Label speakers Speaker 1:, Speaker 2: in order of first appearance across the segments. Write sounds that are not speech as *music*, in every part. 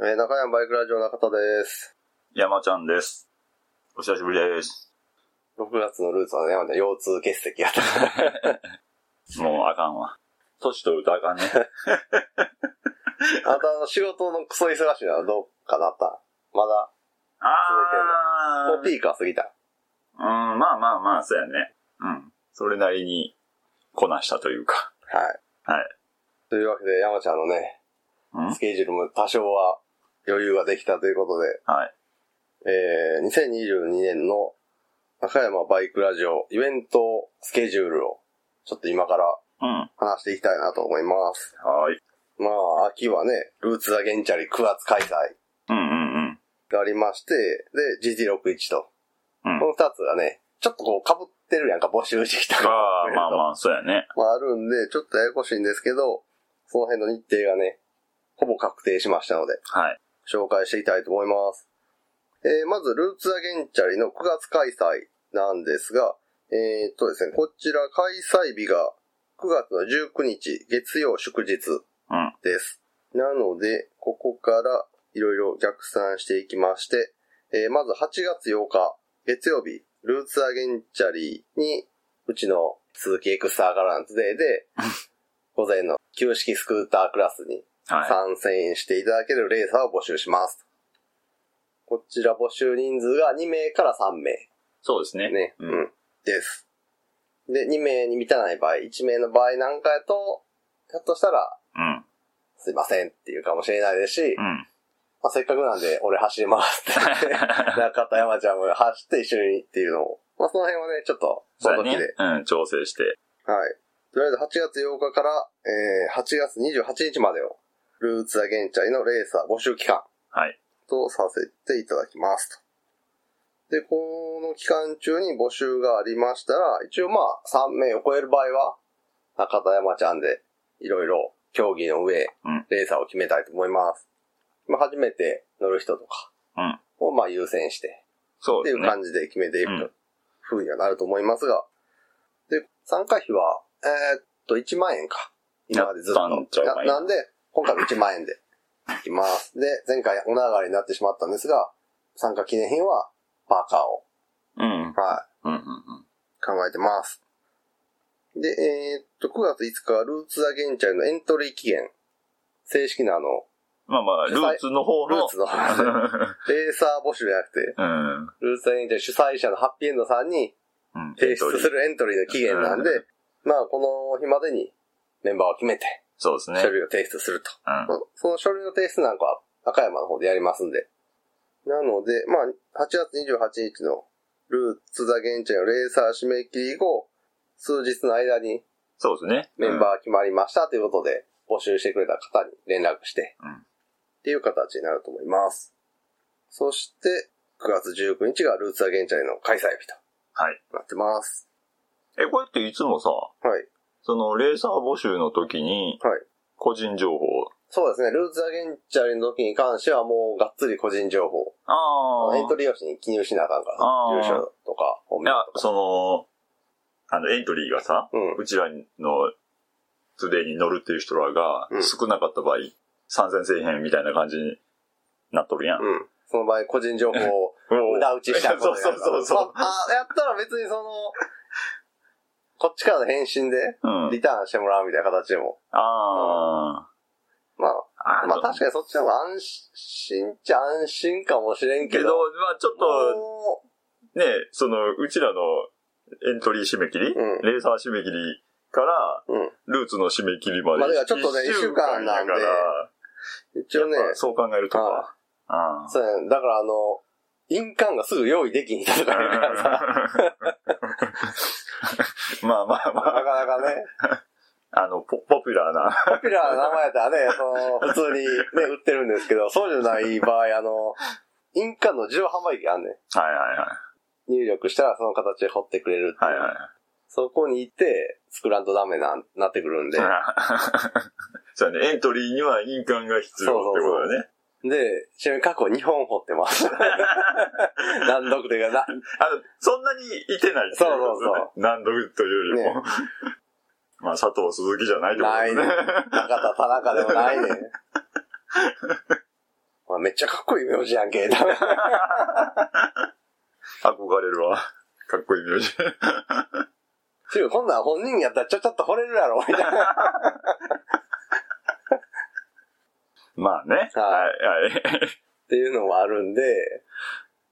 Speaker 1: えー中山バイクラジオ中田です。
Speaker 2: 山ちゃんです。お久しぶりです。
Speaker 1: 6月のルーツはね、まだ腰痛結石やった。
Speaker 2: もうあかんわ。年取るとあかんね。
Speaker 1: *laughs* あとあの、仕事のクソ忙しいのはどうかなったまだ、
Speaker 2: あ
Speaker 1: もう
Speaker 2: ー。
Speaker 1: ピークは過ぎた。
Speaker 2: うん、まあまあまあ、そうやね。うん。それなりにこなしたというか。
Speaker 1: はい。
Speaker 2: はい。
Speaker 1: というわけで、山ちゃんのね、
Speaker 2: うん
Speaker 1: スケジュールも多少は余裕ができたということで、
Speaker 2: はい。
Speaker 1: えー、2022年の中山バイクラジオイベントスケジュールを、ちょっと今から
Speaker 2: うん。
Speaker 1: 話していきたいなと思います。
Speaker 2: はい。
Speaker 1: まあ、秋はね、ルーツ・ザ・ゲンチャリ9月開催。
Speaker 2: うんうんうん。
Speaker 1: がありまして、で、GT61 と。
Speaker 2: うん
Speaker 1: この二つがね、ちょっとこう被ってるやんか、募集してきた
Speaker 2: ああ、まあ
Speaker 1: あ。
Speaker 2: まあ、そうやね。
Speaker 1: まああるんで、ちょっとややこしいんですけど、その辺の日程がね、ほぼ確定しましたので、
Speaker 2: はい。
Speaker 1: 紹介していきたいと思います。えー、まず、ルーツ・アゲンチャリの9月開催なんですが、えー、っとですね、こちら開催日が9月の19日、月曜祝日。
Speaker 2: うん。
Speaker 1: です。なので、ここからいろいろ逆算していきまして、えーまず8月8日、月曜日、ルーツアゲンチャリーに、うちの鈴木エクスターガランツデー
Speaker 2: *laughs*
Speaker 1: で、午前の旧式スクータークラスに
Speaker 2: は
Speaker 1: 参戦していただけるレーサーを募集します。こちら募集人数が2名から3名。
Speaker 2: い。そうですね。
Speaker 1: ね。
Speaker 2: う
Speaker 1: うんん。です。で、2名に満たない場合、1名の場合なんかやと、ひょっとしたら
Speaker 2: うん。
Speaker 1: すいませんっていうかもしれないですし、 *laughs*
Speaker 2: うん。
Speaker 1: まあ、せっかくなんで俺走りますって言って、中田山ちゃんも走って一緒にっていうのを、まあその辺はね、ちょっと、そ
Speaker 2: そう
Speaker 1: の
Speaker 2: や
Speaker 1: 時
Speaker 2: ね
Speaker 1: で。。
Speaker 2: うん、調整して。
Speaker 1: はい。とりあえず8月8日から、えー、8月28日までを、ルーツアゲンチャイのレーサー募集期間
Speaker 2: はい。
Speaker 1: とさせていただきますと。で、この期間中に募集がありましたら、一応まあ3名を超える場合は、中田山ちゃんでいろいろ競技の上、
Speaker 2: うん
Speaker 1: レーサーを決めたいと思います。まあ初めて乗る人とか
Speaker 2: うん。
Speaker 1: をまあ優先して、
Speaker 2: そう
Speaker 1: って
Speaker 2: で
Speaker 1: い
Speaker 2: す
Speaker 1: う
Speaker 2: ね。
Speaker 1: 感じで決めてい
Speaker 2: うん
Speaker 1: く風にはなると思いますが、で、参加費は、えーっと、1万円か。今までずっと。
Speaker 2: やったんちゃうか
Speaker 1: ないなんで、今回は1万円でいきます。で、前回お流れになってしまったんですが、参加記念品はパーカーを、
Speaker 2: うん。うん
Speaker 1: は
Speaker 2: うんうん。
Speaker 1: い、考えてます。で、えーっと、9月5日はルーツ・ザ・ゲンチャイのエントリー期限。正式なあの、
Speaker 2: まあまあ、ルーツの方
Speaker 1: ルー
Speaker 2: の。
Speaker 1: ツのレーサー募集じゃなくて、
Speaker 2: *laughs* うん。
Speaker 1: ルーツ・ザ・ゲンチャイ主催者のハッピーエンドさんに
Speaker 2: うん。
Speaker 1: 提出するエントリーの期限なんで
Speaker 2: う、
Speaker 1: まあ、この日までにメンバーを決めて、
Speaker 2: そうですね。
Speaker 1: 書類を提出すると。
Speaker 2: うん。
Speaker 1: そその書類の提出なんかは、赤山の方でやりますんで。なので、まあ、8月28日のルーツ・ザ・ゲンチェのレーサー締め切り後、数日の間に
Speaker 2: そうですね。
Speaker 1: メンバー決まりましたということで、募集してくれた方に連絡して、
Speaker 2: うん
Speaker 1: っていう形になると思います。そして、9月19日がルーツ・ザ・ゲンチェの開催日と
Speaker 2: はい。
Speaker 1: なってます。
Speaker 2: え、これっていつもさ、
Speaker 1: はい。
Speaker 2: その、レーサー募集の時に、
Speaker 1: はい。
Speaker 2: 個人情報。
Speaker 1: そうですね。ルーツ・アゲンチャリの時に関してはもうがっつり個人情報。
Speaker 2: ああ。
Speaker 1: エントリー用紙に記入しなあかんから
Speaker 2: あー、
Speaker 1: 住所とか、本
Speaker 2: い
Speaker 1: 名
Speaker 2: や
Speaker 1: と、か。
Speaker 2: その、あの、エントリーがさ、
Speaker 1: うん。
Speaker 2: うちらの、トゥデイに乗るっていう人らが
Speaker 1: う、ん
Speaker 2: 少なかった場合、参戦せえへんみたいな感じになっとるやん。
Speaker 1: うん。その場合、個人情報を無駄打ちしたこと
Speaker 2: そう
Speaker 1: にな
Speaker 2: *laughs* そう
Speaker 1: るから
Speaker 2: そうそう。
Speaker 1: まあ、あやったら別にその、こっちからの返信で
Speaker 2: うん。
Speaker 1: リターンしてもらうみたいな形でも。
Speaker 2: あ
Speaker 1: ま
Speaker 2: あ。
Speaker 1: あ、まあ確
Speaker 2: か
Speaker 1: かにそっちの方が安心っちゃ安心かもしれんけ
Speaker 2: けど、ま
Speaker 1: ど。
Speaker 2: あちょっと、
Speaker 1: も
Speaker 2: ね、その、うちらのエントリー締め切り、
Speaker 1: うん
Speaker 2: レーサー締め切りから、
Speaker 1: う、うん。
Speaker 2: ルーツの締め切りまで。
Speaker 1: まあだからちょっとね
Speaker 2: 一
Speaker 1: 一週間なんで
Speaker 2: だから
Speaker 1: 一応ね、
Speaker 2: やっぱそう考えると
Speaker 1: あ
Speaker 2: か。ああ
Speaker 1: そうやねだからあの、印鑑がすぐ用意できん人とかいるからさ。
Speaker 2: *laughs* まあまあま
Speaker 1: な
Speaker 2: あ、
Speaker 1: かなかね、
Speaker 2: あの、ポポピュラーな。
Speaker 1: ポピュラーな名前やったらね、その、普通にね、売ってるんですけど、そうじゃない場合、あの、印鑑の自動販売機あんねん。
Speaker 2: はいはいは
Speaker 1: 入力したらその形で彫ってくれるってう
Speaker 2: い。はいはい。
Speaker 1: そこに行って、作らんとダメな、なってくるんで。
Speaker 2: *laughs* そうね、エントリーには印鑑が必要ってことだね。
Speaker 1: で、ちなみに過去2本彫って
Speaker 2: *laughs*
Speaker 1: ます。難読というか、な、
Speaker 2: あの、そんなにいてないっていことね
Speaker 1: そうそう
Speaker 2: 難読というよりも。 *laughs* まあ、佐藤鈴木じゃないってことですね。
Speaker 1: 中田田中でもないねん。ままあ、めっちゃかっこいい名字やん
Speaker 2: *laughs*
Speaker 1: け。 *laughs*
Speaker 2: 憧れるわ。 *laughs* かっこいい名字。 *laughs*
Speaker 1: ていうこんなん本人やったらちょちょっと惚れるやろ、みたいな。
Speaker 2: まあね。はい。 *laughs* はい。
Speaker 1: っていうのもあるんで、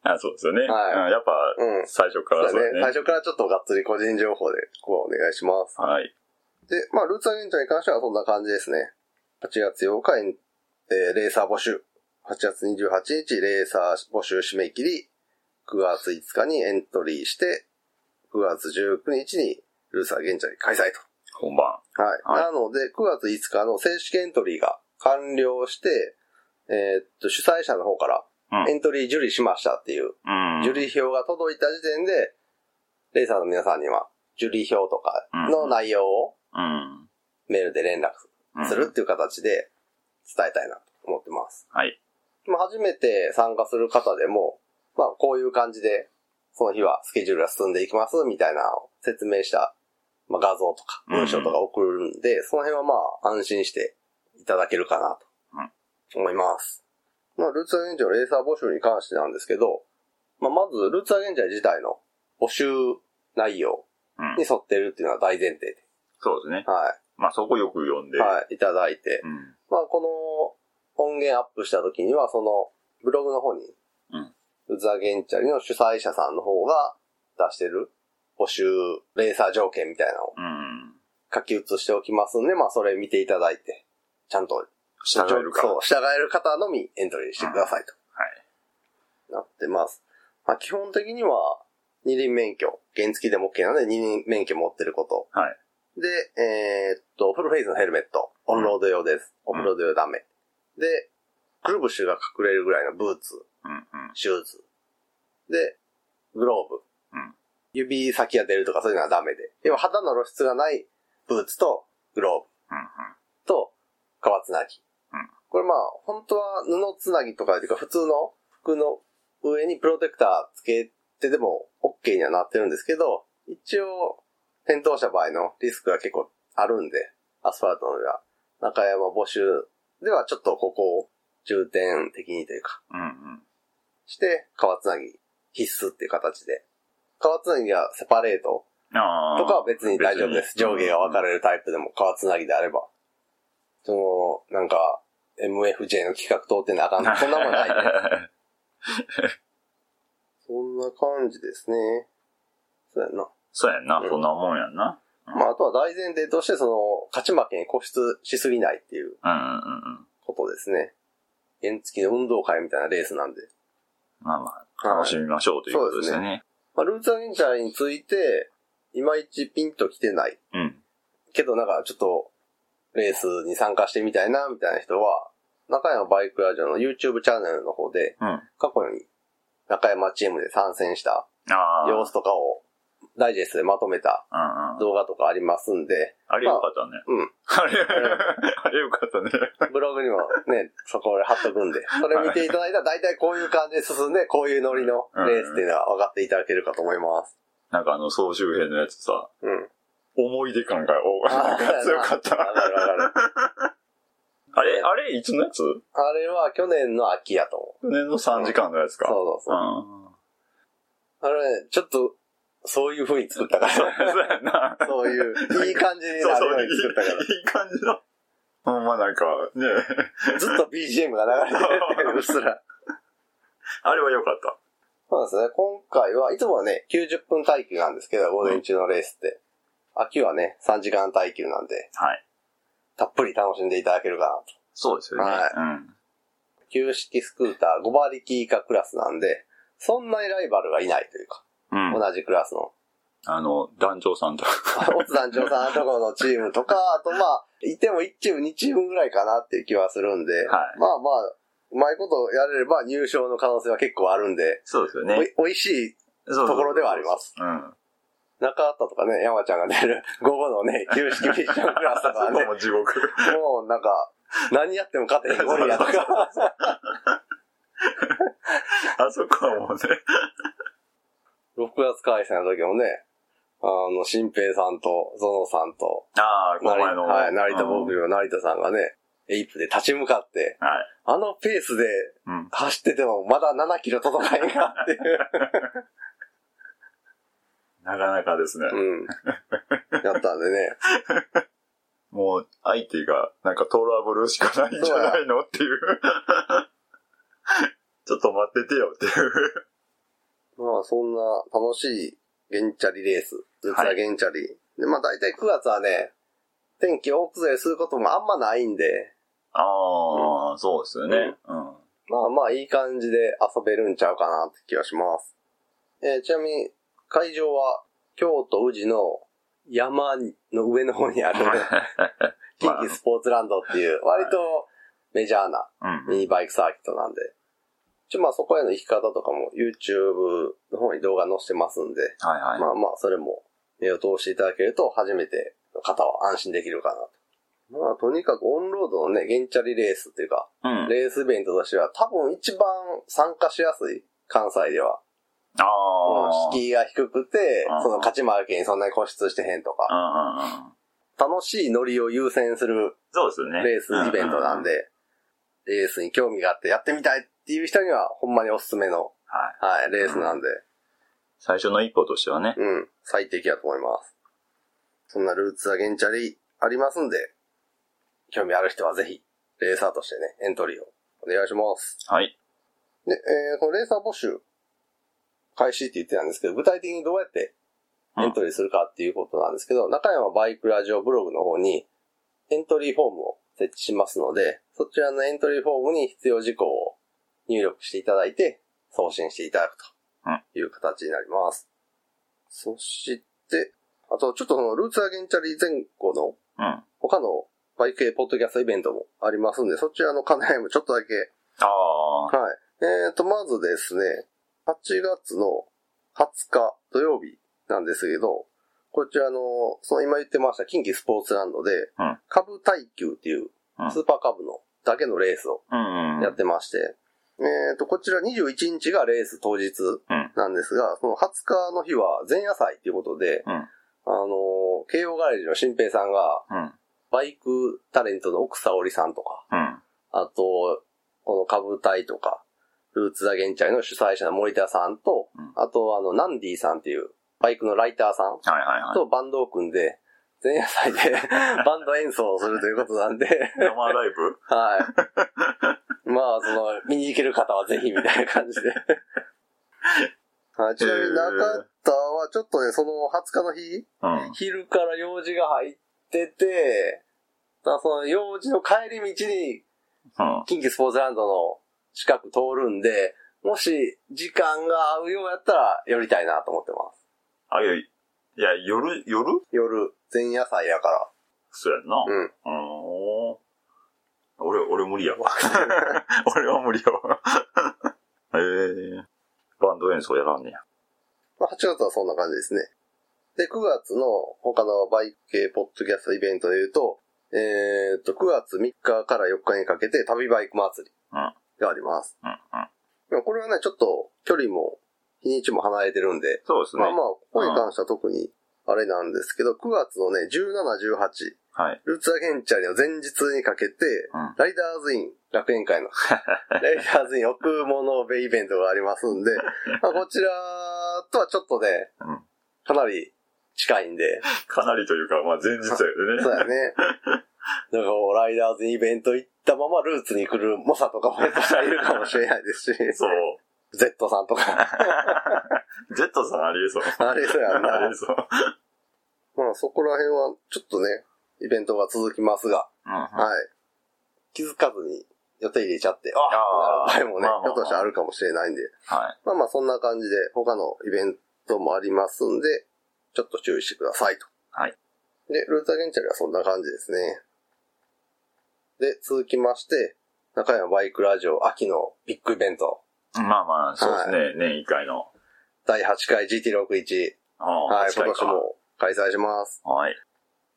Speaker 2: あそうですよね。
Speaker 1: はい
Speaker 2: うんやっぱ、
Speaker 1: うん。
Speaker 2: 最初から
Speaker 1: そう
Speaker 2: そう
Speaker 1: だ
Speaker 2: だ
Speaker 1: ね。
Speaker 2: ね。
Speaker 1: 最初からちょっとがっつり個人情報で、ここはお願いします。
Speaker 2: はい。
Speaker 1: で、まあ、ルーツアゲンチャーに関してはそんな感じですね。8月8日に、えーレーサー募集。8月28日、レーサー募集締め切り。9月5日にエントリーして、9月19日にルーツアゲンチャーに開催と。
Speaker 2: 本番。
Speaker 1: はい。
Speaker 2: はい
Speaker 1: なので、9月5日の正式エントリーが完了して、えーっと、主催者の方から
Speaker 2: うん
Speaker 1: エントリー受理しましたっていう、
Speaker 2: うん。
Speaker 1: 受理票が届いた時点で、レイサーの皆さんには、受理票とかの内容を
Speaker 2: うん。
Speaker 1: メールで連
Speaker 2: うん
Speaker 1: 絡するっていう形で伝えたいなと思ってます。
Speaker 2: はい。
Speaker 1: まあ、初めて参加する方でも、まあ、こういう感じで、その日はスケジュールが進んでいきます、みたいなのを説明した、まあ、画像とか
Speaker 2: うん
Speaker 1: 文章とか送るんで、その辺はまあ、安心していただけるかなと、思います。まあ、ルーツアゲンジャーのレーサー募集に関してなんですけど、まあ、まず、ルーツアゲンジャー自体の募集内容
Speaker 2: うん
Speaker 1: に沿ってるっていうのは大前提で、
Speaker 2: そうですね。
Speaker 1: は
Speaker 2: まあそこよく読ん
Speaker 1: い、
Speaker 2: で。
Speaker 1: はい、いただいて、
Speaker 2: うん。
Speaker 1: まあ、この音源アップした時には、そのブログの方に、
Speaker 2: うん
Speaker 1: うざげんちゃりの主催者さんの方が出してる募集、レーサー条件みたいなのを
Speaker 2: うん。
Speaker 1: 書き写しておきますんで、まあ、それ見ていただいて、ちゃんと、
Speaker 2: 従えるか。
Speaker 1: そう、従える方のみエントリーしてくださいと。なってます。まあ、基本的には、二輪免許、原付でも OK なので、二輪免許持ってること。
Speaker 2: は
Speaker 1: で、えーっと、フルフェイスのヘルメット、オンロード用です。
Speaker 2: ん
Speaker 1: オフロード用ダメ。で、くるぶしが隠れるぐらいのブーツ、
Speaker 2: うんうん。
Speaker 1: シューズ。で、グローブ。
Speaker 2: うん
Speaker 1: 指先が出るとかそういうのはダメで。要は肌の露出がないブーツとグローブ。
Speaker 2: うん
Speaker 1: と、革つなぎ。
Speaker 2: うん
Speaker 1: これまあ、本当は布つなぎとかっていうか、普通の服の上にプロテクターつけてでも OK にはなってるんですけど、一応、転倒した場合のリスクが結構あるんで、アスファルトの上は。中山募集ではちょっとここを重点的にというか、
Speaker 2: うん。うんうん。
Speaker 1: して、革つなぎ必須っていう形で。革つなぎがセパレート
Speaker 2: ああ。
Speaker 1: とかは別に大丈夫です。
Speaker 2: 別に
Speaker 1: 上下が分かれるタイプでも、革つなぎであれば。その、なんか、MFJ の企画通ってなあかんと
Speaker 2: *laughs*
Speaker 1: か。そんなもんないね、そんな感じですね。そうやんな。
Speaker 2: そうやんな
Speaker 1: う。ん
Speaker 2: そんなもんやんな。
Speaker 1: まあ、あとは大前提として、その、勝ち負けに固執しすぎないっていう
Speaker 2: うんうんうんうん。
Speaker 1: ことですね。原付きの運動会みたいなレースなんで。
Speaker 2: まあまあ、楽しみましょうということですよね。
Speaker 1: まあ、ルーツアゲンチャーについて、いまいちピンと来てない。
Speaker 2: うん。
Speaker 1: けどなんかちょっと、レースに参加してみたいな、みたいな人は、中山バイクラジオの YouTube チャンネルの方で、
Speaker 2: うん。
Speaker 1: 過去に中山チームで参戦した
Speaker 2: ああ。
Speaker 1: 様子とかをダイジェストでまとめた
Speaker 2: うんうん。
Speaker 1: 動画とかありますんで、
Speaker 2: あれよかったね。
Speaker 1: うん。
Speaker 2: あれ、あれよかったね。
Speaker 1: ブログにもね、 *laughs* そこ俺貼っとくんで、それ見ていただいたら大体こういう感じで進んで、こういうノリのレースっていうのは分かっていただけるかと思います。
Speaker 2: なんかあの、総集編のやつさ、
Speaker 1: うん。
Speaker 2: 思い出感が、お、
Speaker 1: あ
Speaker 2: なん
Speaker 1: ー
Speaker 2: か強かった。
Speaker 1: わかるわかる。
Speaker 2: あれ、あれ、いつのやつ
Speaker 1: あれは去年の秋やと思う。
Speaker 2: 去年の3時間のやつか。
Speaker 1: そうそうそう。あれね、ちょっと、そういう風に作ったか
Speaker 2: うん。そう
Speaker 1: ら。
Speaker 2: そうやな。
Speaker 1: そう *laughs* いう、いい感じに
Speaker 2: *laughs* そう
Speaker 1: なる
Speaker 2: そ
Speaker 1: よ
Speaker 2: う、
Speaker 1: う
Speaker 2: いい
Speaker 1: に作ったから。
Speaker 2: いい感じの。ほんまなんか、ね
Speaker 1: ずっと BGM が流れてるって *laughs* いう、うっすら。
Speaker 2: あれは良かった。
Speaker 1: そうですね。今回はいつもはね、90分耐久なんですけど、午前中のレースって。秋はね、3時間耐久なんで、
Speaker 2: はい。
Speaker 1: たっぷり楽しんでいただけるかなと。
Speaker 2: そうですよね。
Speaker 1: はい
Speaker 2: うん。
Speaker 1: 旧式スクーター5馬力以下クラスなんで、そんなにライバルがいないというか、
Speaker 2: うん。
Speaker 1: 同じクラスの。
Speaker 2: あの、団長さんと。
Speaker 1: *laughs* オツ団長さんのところのチームとか、あとまあ、いても1チーム、2チームぐらいかなっていう気はするんで、
Speaker 2: はい
Speaker 1: まあまあ、うまいことやれれば入賞の可能性は結構あるんで、
Speaker 2: そうですよね。
Speaker 1: おい美味しい
Speaker 2: そうそ
Speaker 1: と
Speaker 2: うそう
Speaker 1: ころではありま。す。
Speaker 2: うん。
Speaker 1: 中畑とかね、 *laughs* 山ちゃんが出る午後のね、旧式ミッションクラスとかは
Speaker 2: あ *laughs* そ
Speaker 1: ね
Speaker 2: こ、も地獄。
Speaker 1: もうなんか、何やっても勝てへんゴリラと
Speaker 2: そ
Speaker 1: *laughs*
Speaker 2: う
Speaker 1: か。
Speaker 2: あそこはもうね。
Speaker 1: 6月開催の時もね、あの、新平さんと、ゾノさんと、
Speaker 2: ああ、この前の。
Speaker 1: はい、成田
Speaker 2: うん
Speaker 1: 牧場、成田さんがね、エイプで立ち向かって、
Speaker 2: はい。
Speaker 1: あのペースで
Speaker 2: うん。うん。
Speaker 1: 走っててもまだ7キロ届かへんかっていう。
Speaker 2: なかなかですね。
Speaker 1: うん。やったんでね。
Speaker 2: もう、相手が、なんかトラブルしかないんじゃないのっていう。 *laughs* ちょっと待っててよっていう。
Speaker 1: まあそんな楽しいゲンチャリレース。実はゲンチャリ。で、まあ大体9月はね、天気大崩れすることもあんまないんで、
Speaker 2: ああ、そうですよね。うん。
Speaker 1: まあまあいい感じで遊べるんちゃうかなって気がします。えーちなみに会場は京都宇治の山の上の方にある、近畿スポーツランドっていう、割とメジャーな
Speaker 2: うん。
Speaker 1: ミニバイクサーキットなんで。ちょ、まあそこへの行き方とかも YouTube の方に動画載せてますんで、
Speaker 2: はいはい。
Speaker 1: まあまあそれも目を通していただけると初めての方は安心できるかなと。まあとにかくオンロードのね、ゲンチャリレースっていうか、
Speaker 2: うん。
Speaker 1: レースイベントとしては多分一番参加しやすい、関西では。
Speaker 2: あ
Speaker 1: も
Speaker 2: あ。
Speaker 1: う敷居が低くて
Speaker 2: あー、
Speaker 1: その勝ち負けにそんなに固執してへんとか、
Speaker 2: うんうんうん。
Speaker 1: 楽しいノリを優先する
Speaker 2: そうですよね。
Speaker 1: レースイベントなん
Speaker 2: ううう。
Speaker 1: で、レースに興味があってやってみたいっていう人には、ほんまにおすすめの、
Speaker 2: はい。
Speaker 1: はい、レースなんで、
Speaker 2: 最初の一歩としてはね。
Speaker 1: うん、最適だと思います。そんなルーツはゲンチャリありますんで、興味ある人はぜひ、レーサーとしてね、エントリーをお願いします。
Speaker 2: はい。
Speaker 1: で、えー、このレーサー募集、開始って言ってたんですけど、具体的にどうやってエントリーするかっていうことなんですけど、中山バイクラジオブログの方にエントリーフォームを設置しますので、そちらのエントリーフォームに必要事項を入力していただいて、送信していただくという形になります。そして、あとちょっとそのルーツアゲンチャリ前後の
Speaker 2: うん。あ
Speaker 1: 他のバイク系ポッドキャストイベントもありますんで、そちらの課題もちょっとだけ
Speaker 2: あ。
Speaker 1: はい。えー、と、まずですね、8月の20日土曜日なんですけど、こちらの、その今言ってました近畿スポーツランドで、
Speaker 2: うん
Speaker 1: 株耐久っていう
Speaker 2: うん
Speaker 1: スーパーカブのだけのレースを
Speaker 2: うんうん。
Speaker 1: やってまして、えー、と、こちら21日がレース当日なんですが、その20日の日は前夜祭ということで、
Speaker 2: うん
Speaker 1: あのー、慶応ガレージの新平さんが、
Speaker 2: うん。
Speaker 1: バイクタレントの奥沙織さんとか、
Speaker 2: うん。
Speaker 1: あと、この株隊とか、ルーツザゲンチャリの主催者の森田さんと、
Speaker 2: うん
Speaker 1: あと、あの、ナンディさんっていう、バイクのライターさん
Speaker 2: はいはいはい。
Speaker 1: とバンドを組んで、前夜祭
Speaker 2: *laughs*
Speaker 1: でバンド演奏をするということなんで、
Speaker 2: 生ライブ
Speaker 1: はい。まあ、その、見に行ける方はぜひ、みたいな感じで。はい、ちなみに中田は、ちょっとね、その20日の日、
Speaker 2: うん。
Speaker 1: 昼から用事が入ってて、だからその用事の帰り道に
Speaker 2: うん。
Speaker 1: 近畿スポーツランドの近く通るんで、もし時間が合うようやったら寄りたいなと思ってます。
Speaker 2: あ、いや、いや、夜、夜
Speaker 1: 夜、前夜祭やか
Speaker 2: そうやんな。
Speaker 1: ら。うん。
Speaker 2: うん。俺、俺無理やわ。 *laughs* 俺は無理やわ。 *laughs* ええバンド演奏やらんねや。
Speaker 1: まあ、8月はそんな感じですね。で、9月の他のバイク系ポッドキャストイベントで言うと、えー、っと、9月3日から4日にかけて旅バイク祭り
Speaker 2: うん
Speaker 1: があります。
Speaker 2: うんうん。
Speaker 1: でもこれはね、ちょっと距離も日にちも離れてるんで、
Speaker 2: そうですね。
Speaker 1: まあまあ、ここに関しては特にあれなんですけど、9月のね、17、18、
Speaker 2: はい。
Speaker 1: ルーツアゲンチャリの前日にかけて、
Speaker 2: うん
Speaker 1: ライダーズイン楽園
Speaker 2: *laughs*
Speaker 1: 会の、ライダーズイン奥物部イベントがありますんで、まあ、こちらとはちょっとね、
Speaker 2: うん
Speaker 1: かなり近いんで、
Speaker 2: かなりというか、まあ前日や
Speaker 1: そう
Speaker 2: でね。
Speaker 1: やね。だからこうライダーズインイベント行ったままルーツに来る猛者とかも下手したらいるかもしれないですし、
Speaker 2: そう。
Speaker 1: Z さんとか、
Speaker 2: ジェットさんありえそう。
Speaker 1: あれそうやんな。
Speaker 2: ありえそう。
Speaker 1: まあそこら辺はちょっとね、イベントが続きますが、
Speaker 2: うんうん。
Speaker 1: はい。気づかずに予定入れちゃって、あ
Speaker 2: あ
Speaker 1: あ、
Speaker 2: ー
Speaker 1: 場合もね、
Speaker 2: まあまあまあ
Speaker 1: ひょっとしたらあるかもしれないんで。
Speaker 2: はい。
Speaker 1: まあまあそんな感じで他のイベントもありますんで、ちょっと注意してくださいと。
Speaker 2: はい。
Speaker 1: で、ルーターゲンチャリはそんな感じですね。で、続きまして、中山バイクラジオ秋のビッグイベント、
Speaker 2: まあまあ、そうですね。年一回の。
Speaker 1: 第8回 GT61、
Speaker 2: ああ
Speaker 1: はい、
Speaker 2: 近
Speaker 1: 今
Speaker 2: い
Speaker 1: 年
Speaker 2: か
Speaker 1: も開催します。
Speaker 2: はい。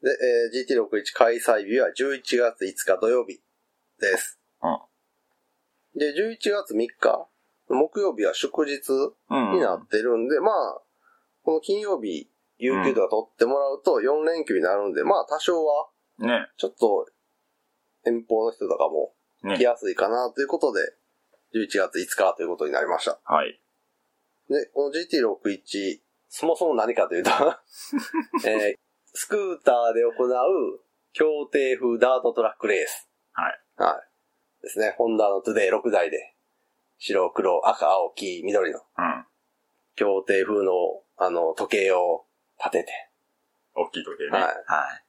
Speaker 1: で、えー GT61 開催日は11月5日土曜日です。
Speaker 2: うん
Speaker 1: で、11月3日、木曜日は祝日
Speaker 2: うん。
Speaker 1: になってるんで、まあ、この金曜日、有給とか取ってもらうと4連休になるんで、まあ多少は、
Speaker 2: ね。
Speaker 1: ちょっと、遠方の人とかも
Speaker 2: ね
Speaker 1: 来やすいかなということで、 11月5日ということになりました。
Speaker 2: はい。
Speaker 1: で、この GT61、そもそも何か
Speaker 2: *laughs*
Speaker 1: というと、えースクーターで行う協定風ダートトラックレース。
Speaker 2: はい。
Speaker 1: はい。ですね。ホンダのトゥデイ6台で、白、黒、赤、青、黄、緑の
Speaker 2: うん。
Speaker 1: 協定風の、あの、時計を立てて、
Speaker 2: 大きい時計ね。
Speaker 1: はい
Speaker 2: は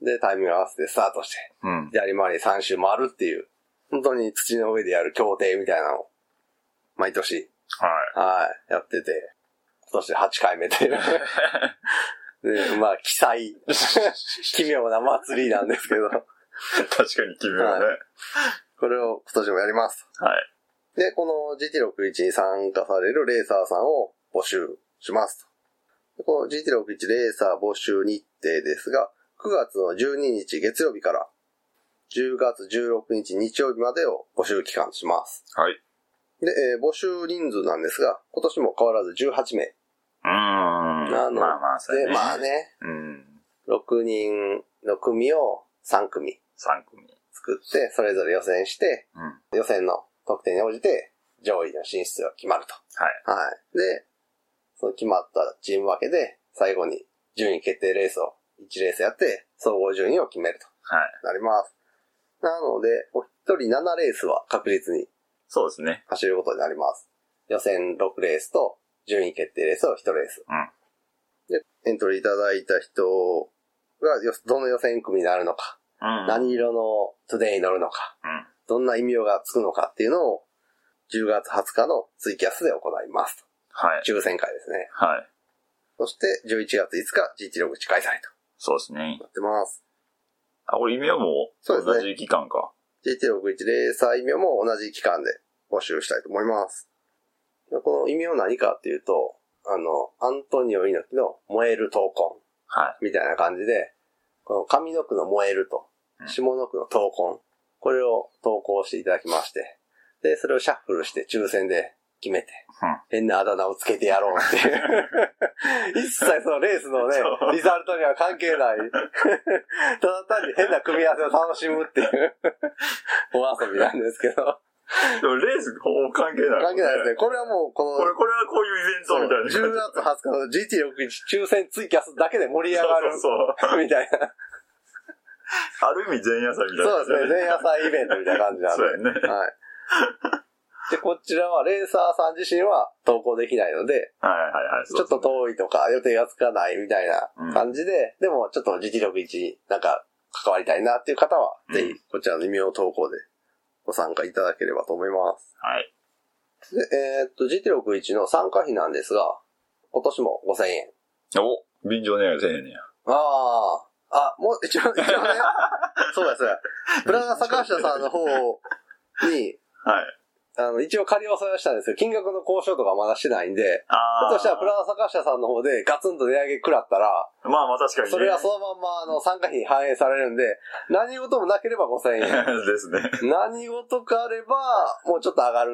Speaker 2: い。
Speaker 1: で、タイミングを合わせてスタートして、
Speaker 2: うん。
Speaker 1: 左回り3周回るっていう、本当に土の上でやる協定みたいなのを、毎年、
Speaker 2: はい。
Speaker 1: はい、やってて、今年で8回 *laughs* 目で。で、まあ、奇祭、 *laughs* 奇妙な祭りなんですけど、
Speaker 2: 確かに奇妙ね。
Speaker 1: はいこれを今年もやります。
Speaker 2: はい。
Speaker 1: で、この GT61 に参加されるレーサーさんを募集します。でこの GT61 レーサー募集日程ですが、9月の12日月曜日から10月16日日曜日までを募集期間とします。
Speaker 2: はい。
Speaker 1: で、えー募集人数なんですが、今年も変わらず18名。
Speaker 2: うーん。
Speaker 1: なので
Speaker 2: まあまあ、それ
Speaker 1: で、まあ。ね、
Speaker 2: うん。
Speaker 1: 6人の組を3組
Speaker 2: 3組。
Speaker 1: 作って、それぞれ予選して、
Speaker 2: うん。はい。
Speaker 1: 予選の得点に応じて、上位の進出が決まると。はい。で、その決まったチーム分けで、最後に順位決定レースを1レースやって、総合順位を決めると
Speaker 2: はい。
Speaker 1: なります。なので、お一人7レースは確実に
Speaker 2: そうですね。
Speaker 1: 走ることになります。予選6レースと順位決定レースを1レース。
Speaker 2: うん
Speaker 1: で、エントリーいただいた人がよどの予選組になるのか、
Speaker 2: うん。
Speaker 1: 何色のトゥデイに乗るのか、
Speaker 2: うん。
Speaker 1: どんな異名がつくのかっていうのを10月20日のツイキャスで行います。
Speaker 2: はい。
Speaker 1: 抽選会ですね。
Speaker 2: はい。
Speaker 1: そして11月5日 GT ログ地開催と
Speaker 2: そうですね。
Speaker 1: なってます。
Speaker 2: あ、これ、夢はもう、
Speaker 1: そうですね
Speaker 2: 同じ期間か。
Speaker 1: GT ログ1レーサー異名も同じ期間で募集したいと思います。でこの異名は何かっていうと、あの、アントニオ猪木の燃える闘魂
Speaker 2: はい。
Speaker 1: みたいな感じで、この上の句の燃えると
Speaker 2: うん、
Speaker 1: 下の句の闘魂、これを投稿していただきまして、で、それをシャッフルして抽選で決めて、
Speaker 2: うん
Speaker 1: 変なあだ名をつけてやろうって
Speaker 2: *laughs*
Speaker 1: いう。一切そのレースのね
Speaker 2: そ、う
Speaker 1: リザルトには関係ない。 *laughs* ただ単に変な組み合わせを楽しむっていう、お遊びなんですけど。
Speaker 2: でも、レース、ほぼ関係ない。
Speaker 1: 関係ないですね。これはもう、こ
Speaker 2: これ、
Speaker 1: の、
Speaker 2: これはこういうイベント
Speaker 1: そう
Speaker 2: みたいな感
Speaker 1: 10
Speaker 2: じ。
Speaker 1: 月20日の GT61 抽選ツイキャスだけで盛り上がる
Speaker 2: そうそうそう。
Speaker 1: みたいな。
Speaker 2: ある意味前夜祭みたいな。
Speaker 1: そうですね。前夜祭イベントみたいな感じなんで。
Speaker 2: そうやね。
Speaker 1: はい。で、こちらはレーサーさん自身は投稿できないので、
Speaker 2: はいはいはい。
Speaker 1: ちょっと遠いとか予定がつかないみたいな感じで、でもちょっと GT 力1なんか関わりたいなっていう方は、
Speaker 2: うん
Speaker 1: ぜひこちらの異名投稿でご参加いただければと思います。
Speaker 2: はい。
Speaker 1: で、えーっと、GT 力1の参加費なんですが、今年も5000円。
Speaker 2: お便乗値上げせえへんねや。
Speaker 1: ああ。あ、もう、一応、 *laughs* 一応ね。そうです。ブラザー坂下さんの方に、
Speaker 2: はい。
Speaker 1: あの、一応仮押さえはしたんですよ。金額の交渉とかまだしてないんで、
Speaker 2: あ
Speaker 1: だ
Speaker 2: ー
Speaker 1: としたらプラザ坂下さんの方でガツンと値上げ食らったら、
Speaker 2: まあまあ確かにね。
Speaker 1: それはそのまんまあの参加費反映されるんで、何事もなければ5000
Speaker 2: *laughs*
Speaker 1: 円。
Speaker 2: *laughs* ですね。
Speaker 1: 何事かあれば、もうちょっと上がる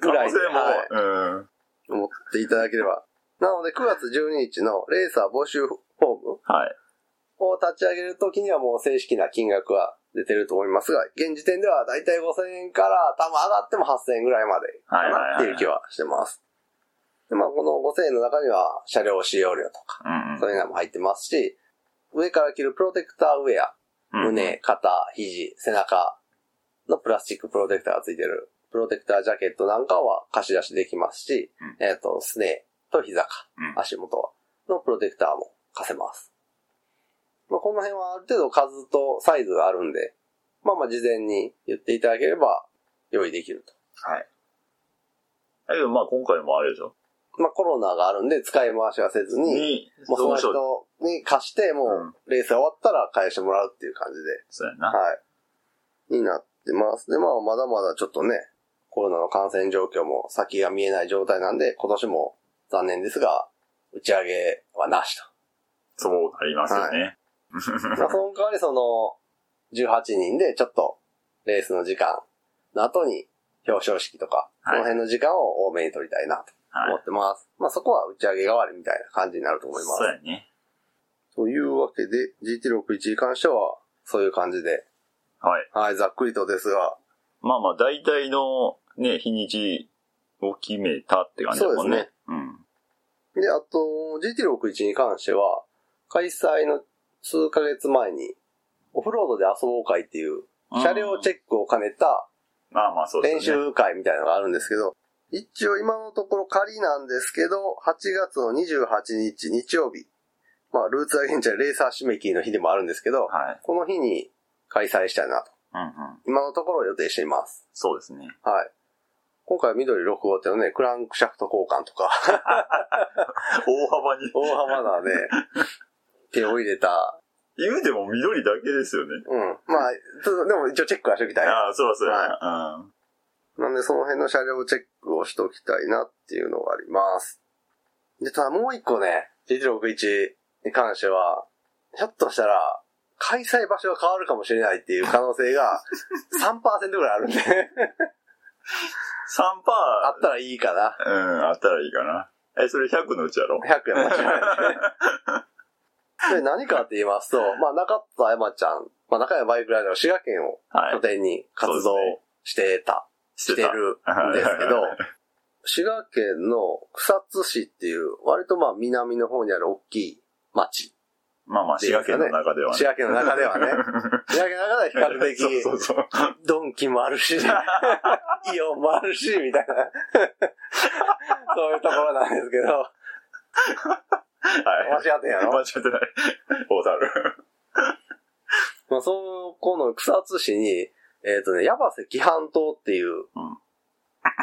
Speaker 2: 可
Speaker 1: ぐらい
Speaker 2: 能
Speaker 1: で、
Speaker 2: 性も、
Speaker 1: は
Speaker 2: うん。
Speaker 1: い、思っていただければ。なので9月12日のレーサー募集フォーム
Speaker 2: はい。
Speaker 1: を立ち上げるときにはもう正式な金額は出てると思いますが、現時点ではだいたい5000円から多分上がっても8000円ぐらいまで
Speaker 2: はいはい
Speaker 1: っ
Speaker 2: は
Speaker 1: て
Speaker 2: い。
Speaker 1: いう気はしてます。で、まあ、この5000円の中には、車両使用料とか、
Speaker 2: うんうん
Speaker 1: そういうのも入ってますし、上から着るプロテクターウェア、
Speaker 2: うん。
Speaker 1: 胸、肩、肘、背中のプラスチックプロテクターがついてる、プロテクタージャケットなんかは貸し出しできますし、えっ、と、すねと膝か、
Speaker 2: うん
Speaker 1: 足元のプロテクターも貸せます。まあ、この辺はある程度数とサイズがあるんで、まあまあ事前に言っていただければ用意できると。
Speaker 2: はい。だけどまあ今回もあれでしょ。
Speaker 1: まあコロナがあるんで使い回しはせずに、
Speaker 2: に、
Speaker 1: もうその
Speaker 2: しよう。
Speaker 1: 人に貸して、
Speaker 2: う
Speaker 1: も
Speaker 2: ん
Speaker 1: うレースが終わったら返してもらうっていう感じで、
Speaker 2: そうやな。
Speaker 1: はい。になってます。で、まあまだまだちょっとね、コロナの感染状況も先が見えない状態なんで、今年も残念ですが、打ち上げはなし
Speaker 2: そうなりますよね。
Speaker 1: と。まあその代わりその、18人でちょっとレースの時間の後に表彰式とか、こ
Speaker 2: はい
Speaker 1: の辺の時間を多めに取りたいなと
Speaker 2: は
Speaker 1: 思
Speaker 2: い。
Speaker 1: ってます。まあそこは打ち上げ代わりみたいな感じになると思います
Speaker 2: そう。やね。
Speaker 1: というわけで、GT61 に関しては、そういう感じで、
Speaker 2: はい。
Speaker 1: はい、ざっくりとですが、
Speaker 2: まあまあ大体のね、日にちを決めたって感じだもんね。うん。
Speaker 1: で、あと、GT61 に関しては、開催の数ヶ月前に、オフロードで遊ぼう会っていう、車両チェ
Speaker 2: ェッ
Speaker 1: ックを兼ねた
Speaker 2: ク。まあまあそうですね。
Speaker 1: 練習会みたいなのがあるんですけど、一応今のところ仮なんですけど、8月の28日日曜日、まあ、ルーツアゲンチャーレーサー締め切りの日でもあるんですけど、
Speaker 2: はい。
Speaker 1: この日に開催したいなと、
Speaker 2: うんうん。
Speaker 1: 今のところ予定しています。
Speaker 2: そうですね。
Speaker 1: はい。今回は緑6号ってのね、クランクシャフト交換とか、 *laughs*
Speaker 2: 大幅に。
Speaker 1: 大幅なね、手を入れた。
Speaker 2: 言うても緑だけですよね。
Speaker 1: うん。まあ、ちょっとでも一応チェックはしておきたい。
Speaker 2: ああ、そうそうやな。うん。
Speaker 1: なんでその辺の車両チェックをしておきたいなっていうのがあります。で、ただもう一個ね、GT61 に関しては、ひょっとしたら、開催場所が変わるかもしれないっていう可能性が *laughs* 3%ぐらいあるんで、
Speaker 2: 3%
Speaker 1: あったらいいかな。
Speaker 2: うん、あったらいいかな。え、それ100のうちやろ
Speaker 1: 100やもしれ
Speaker 2: *laughs*
Speaker 1: ない。で、何かって言いますと、まあ、中田山ちゃん、まあ、中山バイクライダーの滋賀県を
Speaker 2: はい
Speaker 1: 拠。点に活動してた、
Speaker 2: し
Speaker 1: してるんですけど、滋賀県の草津市っていう、割とまあ南の方にある大きい町。
Speaker 2: まあまあ、滋賀県の中ではね。
Speaker 1: 滋賀県の中では
Speaker 2: *laughs*
Speaker 1: ね。滋賀県の中では比較
Speaker 2: そ
Speaker 1: 的、
Speaker 2: うそうそう。
Speaker 1: ドンキもある
Speaker 2: *laughs*
Speaker 1: し、イオンもあるし、みたいな。そういうところなんですけど、
Speaker 2: はい。
Speaker 1: 間違ってんや
Speaker 2: 間
Speaker 1: ろ
Speaker 2: 違ってない。大樽。
Speaker 1: まあそこの草津市に、えっ、とね、矢橋紀半島っていう
Speaker 2: うん、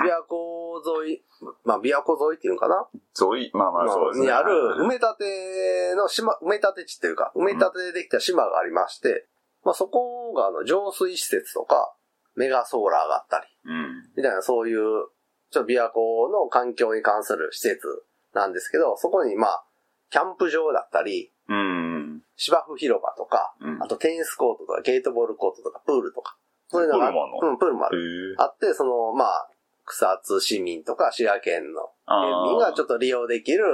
Speaker 1: 琵琶湖沿い、まあ琵琶湖沿いっていうのかな
Speaker 2: そうい、まあまあ、そうですね。
Speaker 1: にある、埋め立ての島、埋め立て地というか、埋め立てでできた島がありまして、まあそこがあの浄水施設とか、メガソーラーがあったり、
Speaker 2: うん。
Speaker 1: みたいなそういう、ちょっと琵琶湖の環境に関する施設なんですけど、そこにまあ、キャンプ場だったり、
Speaker 2: うん。
Speaker 1: 芝生広場とか、
Speaker 2: うん。
Speaker 1: あとテニスコートとか、ゲートボールコートとか、プールとか、そういうのが、
Speaker 2: プールもあん
Speaker 1: うん、プールもあ
Speaker 2: へ
Speaker 1: る。
Speaker 2: え。
Speaker 1: あって、その、まあ、草津市民とか滋賀県の県民がちょ
Speaker 2: っ
Speaker 1: っと利用できる、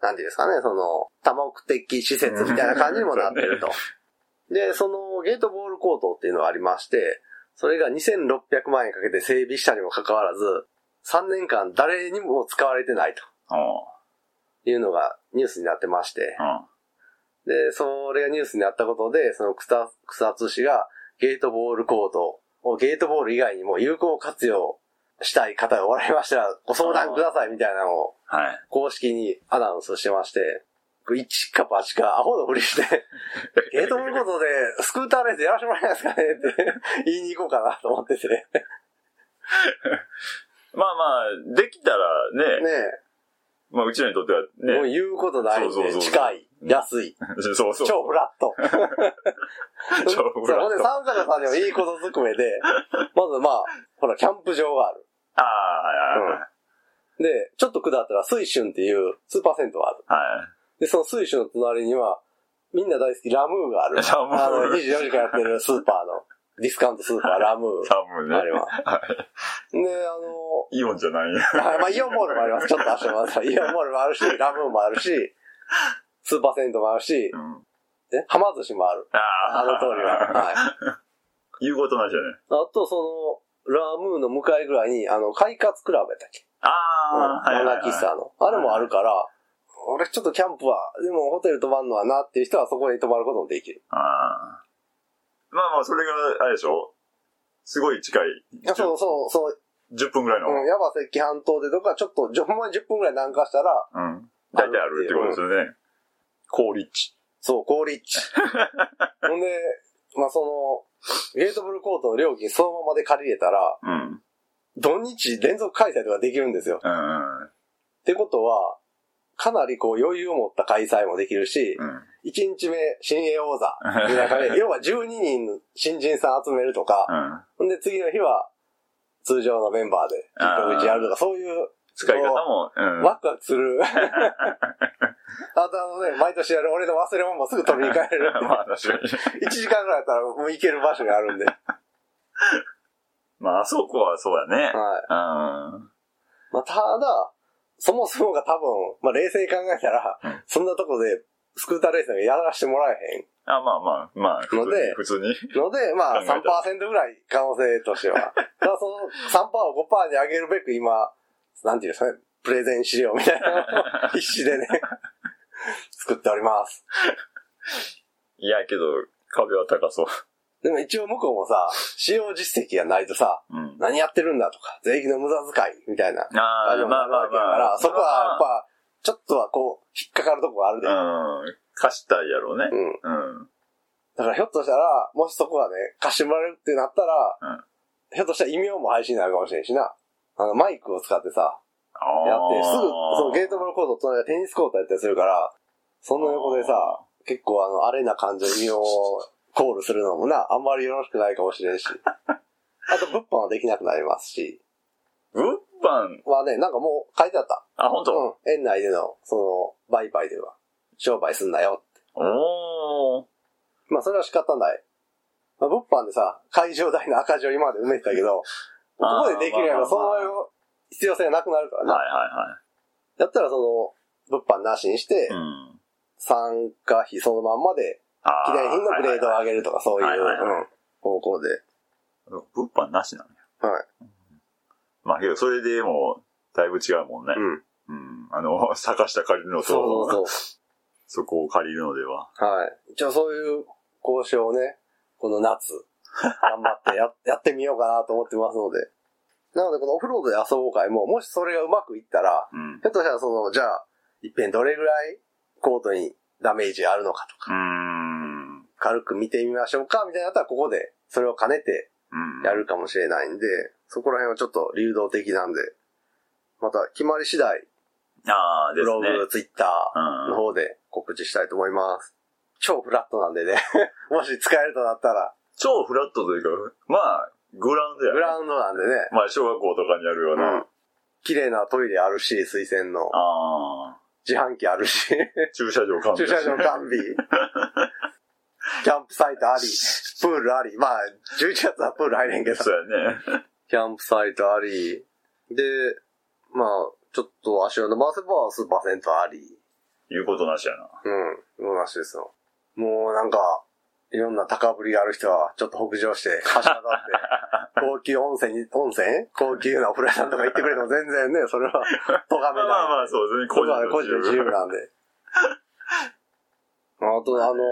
Speaker 1: なんていうんですかね、その、多目的施設みたいな感じにもなってる
Speaker 2: *laughs*
Speaker 1: と。で、そのゲートボールコートっていうのがありまして、それが2600万円かけて整備したにもかかわらず、3年間誰にも使われてない
Speaker 2: と。
Speaker 1: というのがニュースになってまして、
Speaker 2: うん。うん
Speaker 1: で、それがニュースになったことで、その草草津市がゲートボールコートをゲートボール以外にも有効活用したい方がおられましたら、ご相談くださいみたいなのを
Speaker 2: はい。
Speaker 1: 公式にアナウンスしてまして、一か八かアホのふりして、
Speaker 2: *laughs*
Speaker 1: ゲートボールコートでスクーターレースやらせてもらえないですかねって言いに行こうかなと思ってて。ね
Speaker 2: まあまあ、できたらね、まあ、うちらにとっては
Speaker 1: え、もう
Speaker 2: ね、
Speaker 1: 言うことないん
Speaker 2: そうそう
Speaker 1: で、
Speaker 2: そう
Speaker 1: 近い、安い、
Speaker 2: そうそう。
Speaker 1: 超フラット。
Speaker 2: *laughs* 超フラット
Speaker 1: そうほんで、参加者さんにもいいことずくめで、
Speaker 2: *laughs*
Speaker 1: まずまあ、ほら、キャンプ場がある。
Speaker 2: ああ、はいはい
Speaker 1: で、ちょっと下ったら水春っていうスーパー銭湯がある。
Speaker 2: はい。はい。
Speaker 1: で、その水春の隣には、みんな大好きラムーがある。
Speaker 2: ラムー
Speaker 1: あの、24時間やってるスーパーの、ディスカウントスーパーラ
Speaker 2: *laughs*
Speaker 1: ムー。
Speaker 2: 多分ね。
Speaker 1: あれは。
Speaker 2: は
Speaker 1: で、あ
Speaker 2: い。イオンじゃないんや。
Speaker 1: の、まあ、イオンモールもあります。ちょっと足もイオンモールもあるし、ラムーンもあるし、スーパーセントもあるし
Speaker 2: う、ん。
Speaker 1: え、はま寿司もある。
Speaker 2: あ
Speaker 1: あ
Speaker 2: あ。
Speaker 1: の通りは。はい。あ
Speaker 2: 言うことないじゃね。
Speaker 1: と、その、ラムーンの向かいぐらいに、あの、快活クラブやったっけ
Speaker 2: あ
Speaker 1: うん
Speaker 2: あ、はいはい
Speaker 1: マ
Speaker 2: は
Speaker 1: ナ
Speaker 2: い。
Speaker 1: キッサの。あれもあるから、俺ちょっとキャンプは、でもホテル泊まんのはなっていう人はそこに泊まることもできる。
Speaker 2: ああ。まあまあ、それが、あれでしょすごい近い。
Speaker 1: いやそうそう、そう、
Speaker 2: 10分ぐらいの。
Speaker 1: うん、矢場石半島でどっかちょっと、じょほんまに10分ぐらい南下したら、
Speaker 2: うん。大体あるってことですよね。高立地。
Speaker 1: そう、高立地。ほんで、まあその、ゲートブルコートの料金そのままで借りれたら、
Speaker 2: うん。うん
Speaker 1: 土日連続開催とかできるんですよ。っ
Speaker 2: うん。
Speaker 1: てことは、かなりこう余裕を持った開催もできるし、
Speaker 2: うん。
Speaker 1: 1日目新鋭
Speaker 2: *laughs*
Speaker 1: 王座みたいな感じで、要は12人の新人さん集めるとか、
Speaker 2: うん。
Speaker 1: ほんで次の日は通常のメンバーで、一口やるとか、そういう
Speaker 2: 使い方も、うん。
Speaker 1: ワクワクす
Speaker 2: *laughs*
Speaker 1: る。あとあのね、毎年やる俺の忘れ物もすぐ取りに帰れる。
Speaker 2: *laughs* まあ確かに。
Speaker 1: 1時間ぐらいだったらもう行ける場所があ
Speaker 2: *laughs*
Speaker 1: るんで。はい。
Speaker 2: まああそこはそうやね。
Speaker 1: まあ、ただ、そもそもが多分、まあ冷静に考えたら
Speaker 2: うん、
Speaker 1: そんなとこでスクーターレースなんかやらしてもらえへん。
Speaker 2: あ、まあまあ、まあ、普
Speaker 1: の
Speaker 2: 通に
Speaker 1: で。
Speaker 2: 普通に。 *laughs*
Speaker 1: ので、まあ
Speaker 2: 考えた
Speaker 1: 3%ぐらい可能性としては。 *laughs* ただその3%を5%に上げるべく今、なんていうんですかね、プレゼン資料みたい
Speaker 2: *laughs*
Speaker 1: なのを必死でね、作っております。
Speaker 2: いや、けど、壁は高そう。
Speaker 1: でも一応向こうもさ、使用実績がないとさ、
Speaker 2: うん。
Speaker 1: 何やってるんだとか、税金の無駄遣いみたいな。
Speaker 2: ああ、
Speaker 1: でも
Speaker 2: まあま
Speaker 1: る
Speaker 2: あ
Speaker 1: わけ
Speaker 2: ま
Speaker 1: だから
Speaker 2: あ。
Speaker 1: そこはやっぱ、ちょっとはこう、引っかかるとこがあるで。
Speaker 2: うん。貸したいやろうね。
Speaker 1: うん。
Speaker 2: うん。
Speaker 1: だからひょっとしたら、もしそこがね、貸してもらえるってなったら、
Speaker 2: うん
Speaker 1: ひょっとしたら異名も配信になるかもしれんしな。あの、マイクを使ってさ、
Speaker 2: あ
Speaker 1: や
Speaker 2: あ
Speaker 1: って、すぐ、そのゲートボールコート、隣がテニスコートやったりするから、その横でさ、結構あの、アレな感じの異名をコールするのもな、あんまりよろしくないかもしれん
Speaker 2: *laughs*
Speaker 1: し。あと、物販はできなくなりますし。
Speaker 2: 物販、
Speaker 1: まあね、なんかもう書いてあった。
Speaker 2: あ、本当、
Speaker 1: うん。園内での、その、売買では、商売すんなよ。
Speaker 2: おお。
Speaker 1: まあ、それは仕方ない。まあ、物販でさ、会場代の赤字を今まで埋めてたけど、こ
Speaker 2: *laughs* あー
Speaker 1: こでできるや
Speaker 2: まあま
Speaker 1: ろ、
Speaker 2: あ
Speaker 1: その必要性がなくなるから
Speaker 2: はい
Speaker 1: な。
Speaker 2: は
Speaker 1: だったらその、物販なしにして
Speaker 2: いはい。う、ん。
Speaker 1: 参加費そのまんまで、
Speaker 2: あ
Speaker 1: 記念品のグレードを上げるとか、そういう、
Speaker 2: はいはいはい
Speaker 1: うん方向で。
Speaker 2: ド。物販なしなのよ。
Speaker 1: はい。
Speaker 2: まあけど、それでも、だいぶ違うもんね。
Speaker 1: うん。
Speaker 2: うん。あの、 *laughs* 坂下借りるのと、
Speaker 1: そうそうそ
Speaker 2: そこを借りるのでは。
Speaker 1: う。はい。一応そういう交渉をね、この夏、頑張ってややってみようかなと思ってますので。なので、このオフロードで遊ぼう会も、もしそれがうまくいったら、
Speaker 2: う
Speaker 1: *laughs*
Speaker 2: ん。
Speaker 1: ひょっとしたらその、じゃあ、一遍どれぐらいコートにダメージあるのかとか、
Speaker 2: うーん。
Speaker 1: 軽く見てみましょうか、みたいになったら、ここで、それを兼ねて
Speaker 2: うん。
Speaker 1: やるかもしれないんで、そこら辺はちょっと流動的なんで、また決まり次第、
Speaker 2: ああ、で
Speaker 1: ブ
Speaker 2: すね。
Speaker 1: ログ、ツイッター、の
Speaker 2: うん。
Speaker 1: 方で告知したいと思います。超フラットなんでね。 *laughs* もし使えるとなったら、
Speaker 2: 超フラットというか、まあ、グラウンドや
Speaker 1: グ
Speaker 2: ね
Speaker 1: ラウンドなんでね。
Speaker 2: まあ、小学校とかにあるような。
Speaker 1: うん綺麗なトイレあるし、水洗の。
Speaker 2: あ
Speaker 1: 自販機あるし。
Speaker 2: あ、駐車場完
Speaker 1: 駐
Speaker 2: 備
Speaker 1: 車場完備。キャンプサイトあり。プールあり。まあ、11月はプール入れんけど。
Speaker 2: そうやね。
Speaker 1: キャンプサイトあり。で、まあ、ちょっと足を伸ばせばスーパーセントあり。
Speaker 2: 言うことな
Speaker 1: *laughs*
Speaker 2: しやな。
Speaker 1: うん、もうなしですよ。もうなんか、いろんな高ぶりがある人は、ちょっと北上して、はしゃだって、高級温泉に、温泉高級なお風呂屋さんとか行ってくれても全然ね、それは、咎めない。
Speaker 2: まあまあまあ、そうですね。
Speaker 1: 個
Speaker 2: 個
Speaker 1: 人
Speaker 2: 人の
Speaker 1: 個人の自由なんで。あと、あの、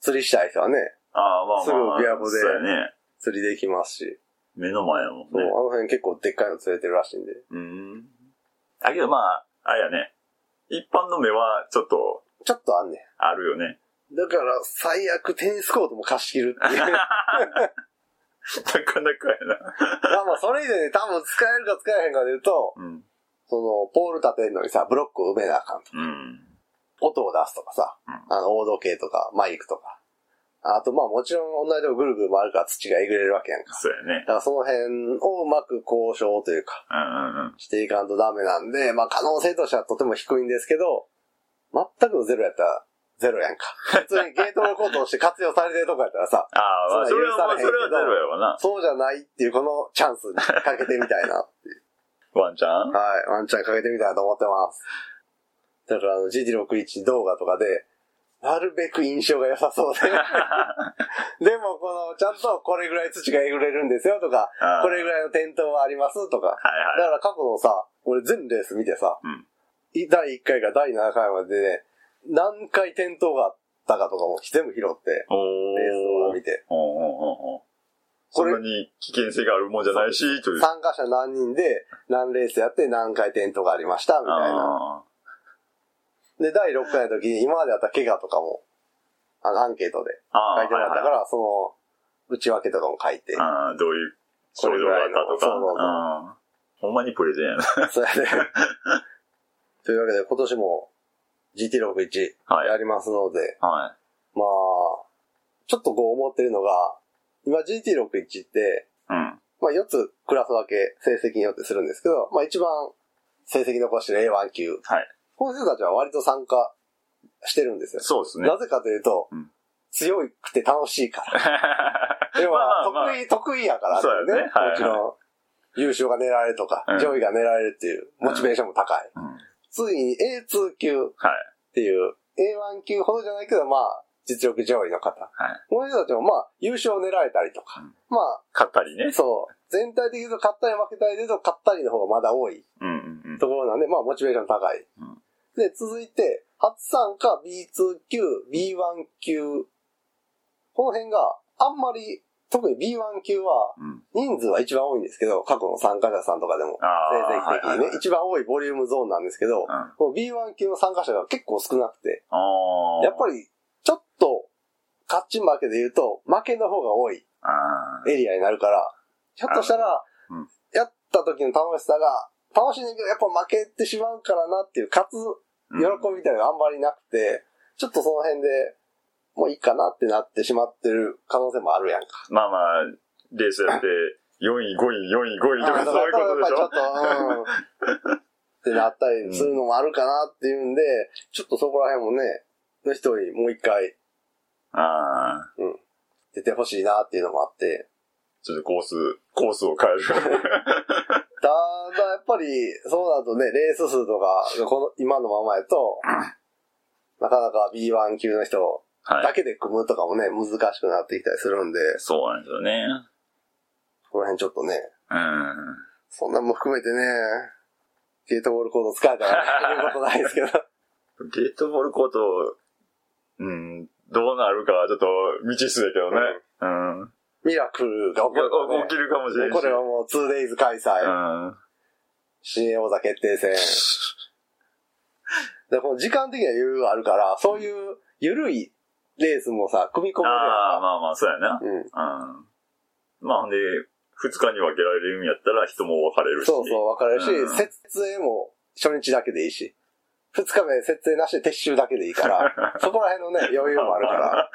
Speaker 1: 釣りしたい人はね、
Speaker 2: ああ、まあまあ。
Speaker 1: すぐ琵琶湖で
Speaker 2: そうやね。
Speaker 1: 釣りできますし、
Speaker 2: 目の前やもんね
Speaker 1: そう、あ。の辺結構でっかいの釣れてるらしいんで。
Speaker 2: うん。だけどまあ、あれやね。一般の目はちょっと
Speaker 1: ちょっとあんねん。
Speaker 2: あるよね。 *laughs*
Speaker 1: だから、最悪テニスコートも貸し切るっていう。
Speaker 2: なかなかやな。
Speaker 1: まあまあ、それ以前に多分使えるか使えへんかで言うと、
Speaker 2: うん。
Speaker 1: その、ポール立てるのにさ、ブロックを埋めなあかんと。
Speaker 2: うん。
Speaker 1: 音を出すとかさ、
Speaker 2: う
Speaker 1: あの、大時計とか、マイクとか。あと、まあもちろん同じとこぐるぐる回るから土がえぐれるわけやんか。
Speaker 2: そうやね
Speaker 1: だ。からその辺をうまく交渉というか、
Speaker 2: うんうんうん。
Speaker 1: していかんとダメなんで、まあ可能性としてはとても低いんですけど、全くのゼロやったら、ゼロやんか。普通にゲートのことをして活用されてるとこやったらさ、
Speaker 2: ああ、まあ、そ
Speaker 1: そ
Speaker 2: れ
Speaker 1: れ
Speaker 2: は
Speaker 1: は
Speaker 2: まあ、
Speaker 1: 許されへんけ
Speaker 2: それ
Speaker 1: ど
Speaker 2: はゼロやわな。
Speaker 1: *laughs* そうじゃないっていうこのチャンスにかけてみ
Speaker 2: *laughs*
Speaker 1: たいな。
Speaker 2: ワンちゃん
Speaker 1: はい、ワンチャンかけてみたいなと思ってます。だから、あの、GT61 動画とかで、なるべく印象が良さそう
Speaker 2: *laughs*
Speaker 1: で。でも、この、ちゃんとこれぐらい土がえぐれるんですよとか、
Speaker 2: あー
Speaker 1: これぐらいの転倒はありますとか。だ
Speaker 2: はい
Speaker 1: か
Speaker 2: はい。
Speaker 1: ら過去のさ、俺全レース見てさ、
Speaker 2: うん
Speaker 1: い第1回から第7回までね、何回転倒があったかとかも全部拾って、
Speaker 2: おー。
Speaker 1: レース動画見て。
Speaker 2: おうおうおうおうそ
Speaker 1: こ
Speaker 2: ん
Speaker 1: れ
Speaker 2: なに危険性があるもんじゃないし、という。
Speaker 1: 参加者何人で、何レースやって何回転倒がありました、みたいな。
Speaker 2: あ
Speaker 1: で、第6回の時に今まであった怪我とかも、あの、アンケートで
Speaker 2: あ。ああ
Speaker 1: 書いてもらったから、
Speaker 2: はいはい
Speaker 1: その、内訳とかも書いて、
Speaker 2: ああ、どういう症状があったとか。
Speaker 1: これぐらいのそうそうそう
Speaker 2: ああほんまにプレゼンやな。
Speaker 1: それで。 *laughs* というわけで、今年も GT61
Speaker 2: はい
Speaker 1: やりますので、
Speaker 2: はい。
Speaker 1: まあ、ちょっとこう思ってるのが、今 GT61 って、
Speaker 2: うん。
Speaker 1: まあ4つクラス分け成績によってするんですけど、まあ一番成績残してる A1 級。
Speaker 2: はい。
Speaker 1: この人たちは割と参加してるんですよ。
Speaker 2: そうですね。
Speaker 1: なぜかというと、
Speaker 2: うん
Speaker 1: 強くて楽しい
Speaker 2: *laughs*
Speaker 1: から。でも、
Speaker 2: まあまあ
Speaker 1: 得意、得意やから
Speaker 2: そうやね
Speaker 1: ね。
Speaker 2: はい
Speaker 1: もちろん、優勝が狙えるとか、
Speaker 2: うん
Speaker 1: 上位が狙えるっていう、モチベーションも高い。
Speaker 2: うん
Speaker 1: ついに A2 級っていう、A1 級ほどじゃないけど、まあ、実力上位の方。
Speaker 2: はい
Speaker 1: この人たちもまあ、優勝を狙えたりとか。
Speaker 2: うん
Speaker 1: まあ、
Speaker 2: 買ったりね。
Speaker 1: そう。全体的に言うと勝ったり負けたりで言うと勝ったりの方がまだ多い
Speaker 2: うんうんうん。
Speaker 1: ところなんで、まあモチベーション高い。
Speaker 2: うん
Speaker 1: で、続いて、初参加 B2 級、B1 級。この辺があんまり、特に B1 級は
Speaker 2: うん。
Speaker 1: 人数は一番多いんですけど、過去の参加者さんとかでも。
Speaker 2: ああ。
Speaker 1: 成績的
Speaker 2: はい
Speaker 1: に
Speaker 2: は
Speaker 1: ね
Speaker 2: いはい、
Speaker 1: 一番多いボリュームゾーンなんですけど
Speaker 2: う、ん。あ
Speaker 1: この B1 級の参加者が結構少なくて、
Speaker 2: あ。
Speaker 1: やっぱりちょっと勝ち負けで言うと、負けの方が多い
Speaker 2: あ
Speaker 1: エリアになるから、ひょっとしたら
Speaker 2: うん、
Speaker 1: やった時の楽しさが、楽しいねんだけど、やっぱ負けてしまうからなっていう、勝つ
Speaker 2: あ。
Speaker 1: 喜びみたいなのがあんまりなくて、ちょっとその辺で、もういいかなってなってしまってる可能性もあるやんか。
Speaker 2: まあまあ、レースやって、4位、5位、4位、5位と
Speaker 1: あ *laughs*
Speaker 2: か
Speaker 1: ーだ
Speaker 2: *laughs* そういうことでし
Speaker 1: から
Speaker 2: ょ
Speaker 1: やっぱちょっと、うん
Speaker 2: *laughs*
Speaker 1: ってなったりするのもあるかなっていうんで、ちょっとそこら辺もね、の人にもう一回
Speaker 2: ああ。
Speaker 1: 出てほしいなっていうのもあって、
Speaker 2: ちょっとコース、コースを変える。
Speaker 1: ただやっぱりそうだとね、レース数とか、この今のままやと、なかなか B1 級の人
Speaker 2: は
Speaker 1: だ
Speaker 2: い。
Speaker 1: けで組むとかもね、難しくなってきたりするんで、
Speaker 2: そうなんですよね。
Speaker 1: この辺ちょっとね、
Speaker 2: うん。
Speaker 1: そんなんも含めてね、ゲートボールコード使えたら言うことないですけど、
Speaker 2: ゲートボールコート、うん、どうなるかはちょっと未知数だけどね。うん。
Speaker 1: ミラクルが起こるからね
Speaker 2: 起きるかもしれないし。
Speaker 1: これはもう 2days 開催。
Speaker 2: うん。
Speaker 1: 新王座決定戦。で、この時間的には余裕があるから、そういう緩いレースもさ、組み込める
Speaker 2: ああ、
Speaker 1: や
Speaker 2: まあまあ、そうやな。
Speaker 1: んか。
Speaker 2: うん。まあ、ほんで、二日に分けられるんやったら人も分かれ
Speaker 1: う
Speaker 2: る
Speaker 1: ん。
Speaker 2: し。
Speaker 1: そうそう、分かれるし、
Speaker 2: うん
Speaker 1: 設営も初日だけでいいし、二日目設営なしで撤収だけでいい
Speaker 2: *laughs*
Speaker 1: から、そこら辺のね、余裕もあるから。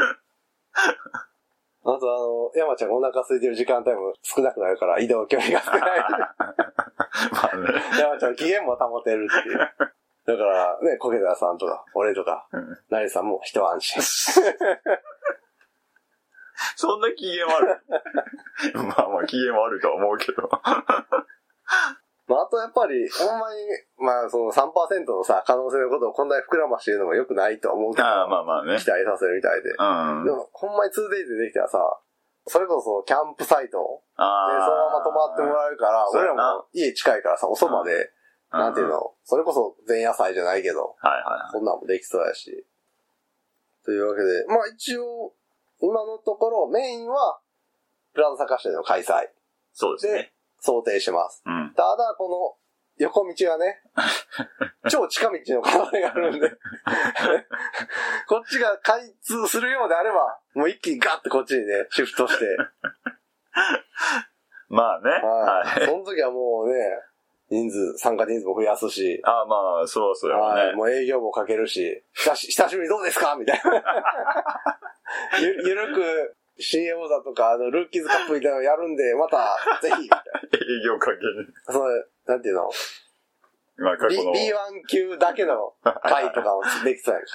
Speaker 1: あとあの、山ちゃんがお腹空いてる時間帯も少なくなるから、移動距離が少ない。
Speaker 2: *laughs* *laughs* まあね。
Speaker 1: 山ちゃん、機嫌も保てるっていう。だから、ね、コケダさんとか、俺とか
Speaker 2: うん、
Speaker 1: ナリさんも一安心。
Speaker 2: そんな機嫌悪
Speaker 1: *laughs*
Speaker 2: い。まあまあ、機嫌悪いとは思うけど。
Speaker 1: まあ、あとやっぱり、ほんまに、まあ、その3%のさ、可能性のことをこんなに膨らまして言うのも良くないとは思うけど、
Speaker 2: ああ、まあまあね
Speaker 1: 期。待させるみたいで。
Speaker 2: うん。
Speaker 1: でも、ほんまに 2days でできたらさ、それこそそのキャンプサイトで、その
Speaker 2: ああ。
Speaker 1: まま泊まってもらえるから、
Speaker 2: そう
Speaker 1: 俺ら
Speaker 2: やな
Speaker 1: も家近いからさ、おそばで、なんていうの、それこそ前夜祭じゃないけど、
Speaker 2: はいは
Speaker 1: そんなんもできそうやし。というわけで、まあ一応、今のところメインは、プラザサカシでの開催、
Speaker 2: い。そうですね。
Speaker 1: 想定してます。
Speaker 2: うん。
Speaker 1: ただ、この、横道は *laughs* ね、超近道の可能性があるんで、こっちが開通するようであれば、もう一気にガッてこっちにね、シフトして、
Speaker 2: まあね。
Speaker 1: はい。
Speaker 2: はい。
Speaker 1: その時はもうね、人数、参加人数も増やすし、
Speaker 2: ああ、まあ、そろそろ
Speaker 1: は
Speaker 2: ね
Speaker 1: い、。もう営業もかけるし、久し久しぶりどうですかみたいな。 *laughs* ゆゆるく、新王座とか、あの、ルーキーズカップみたいなのやるんで、また、ぜひ、
Speaker 2: 営業かけに。
Speaker 1: その、なんていうの、
Speaker 2: まあ、過
Speaker 1: B、
Speaker 2: 去の。
Speaker 1: B1 級だけの会とかもできそうやんか。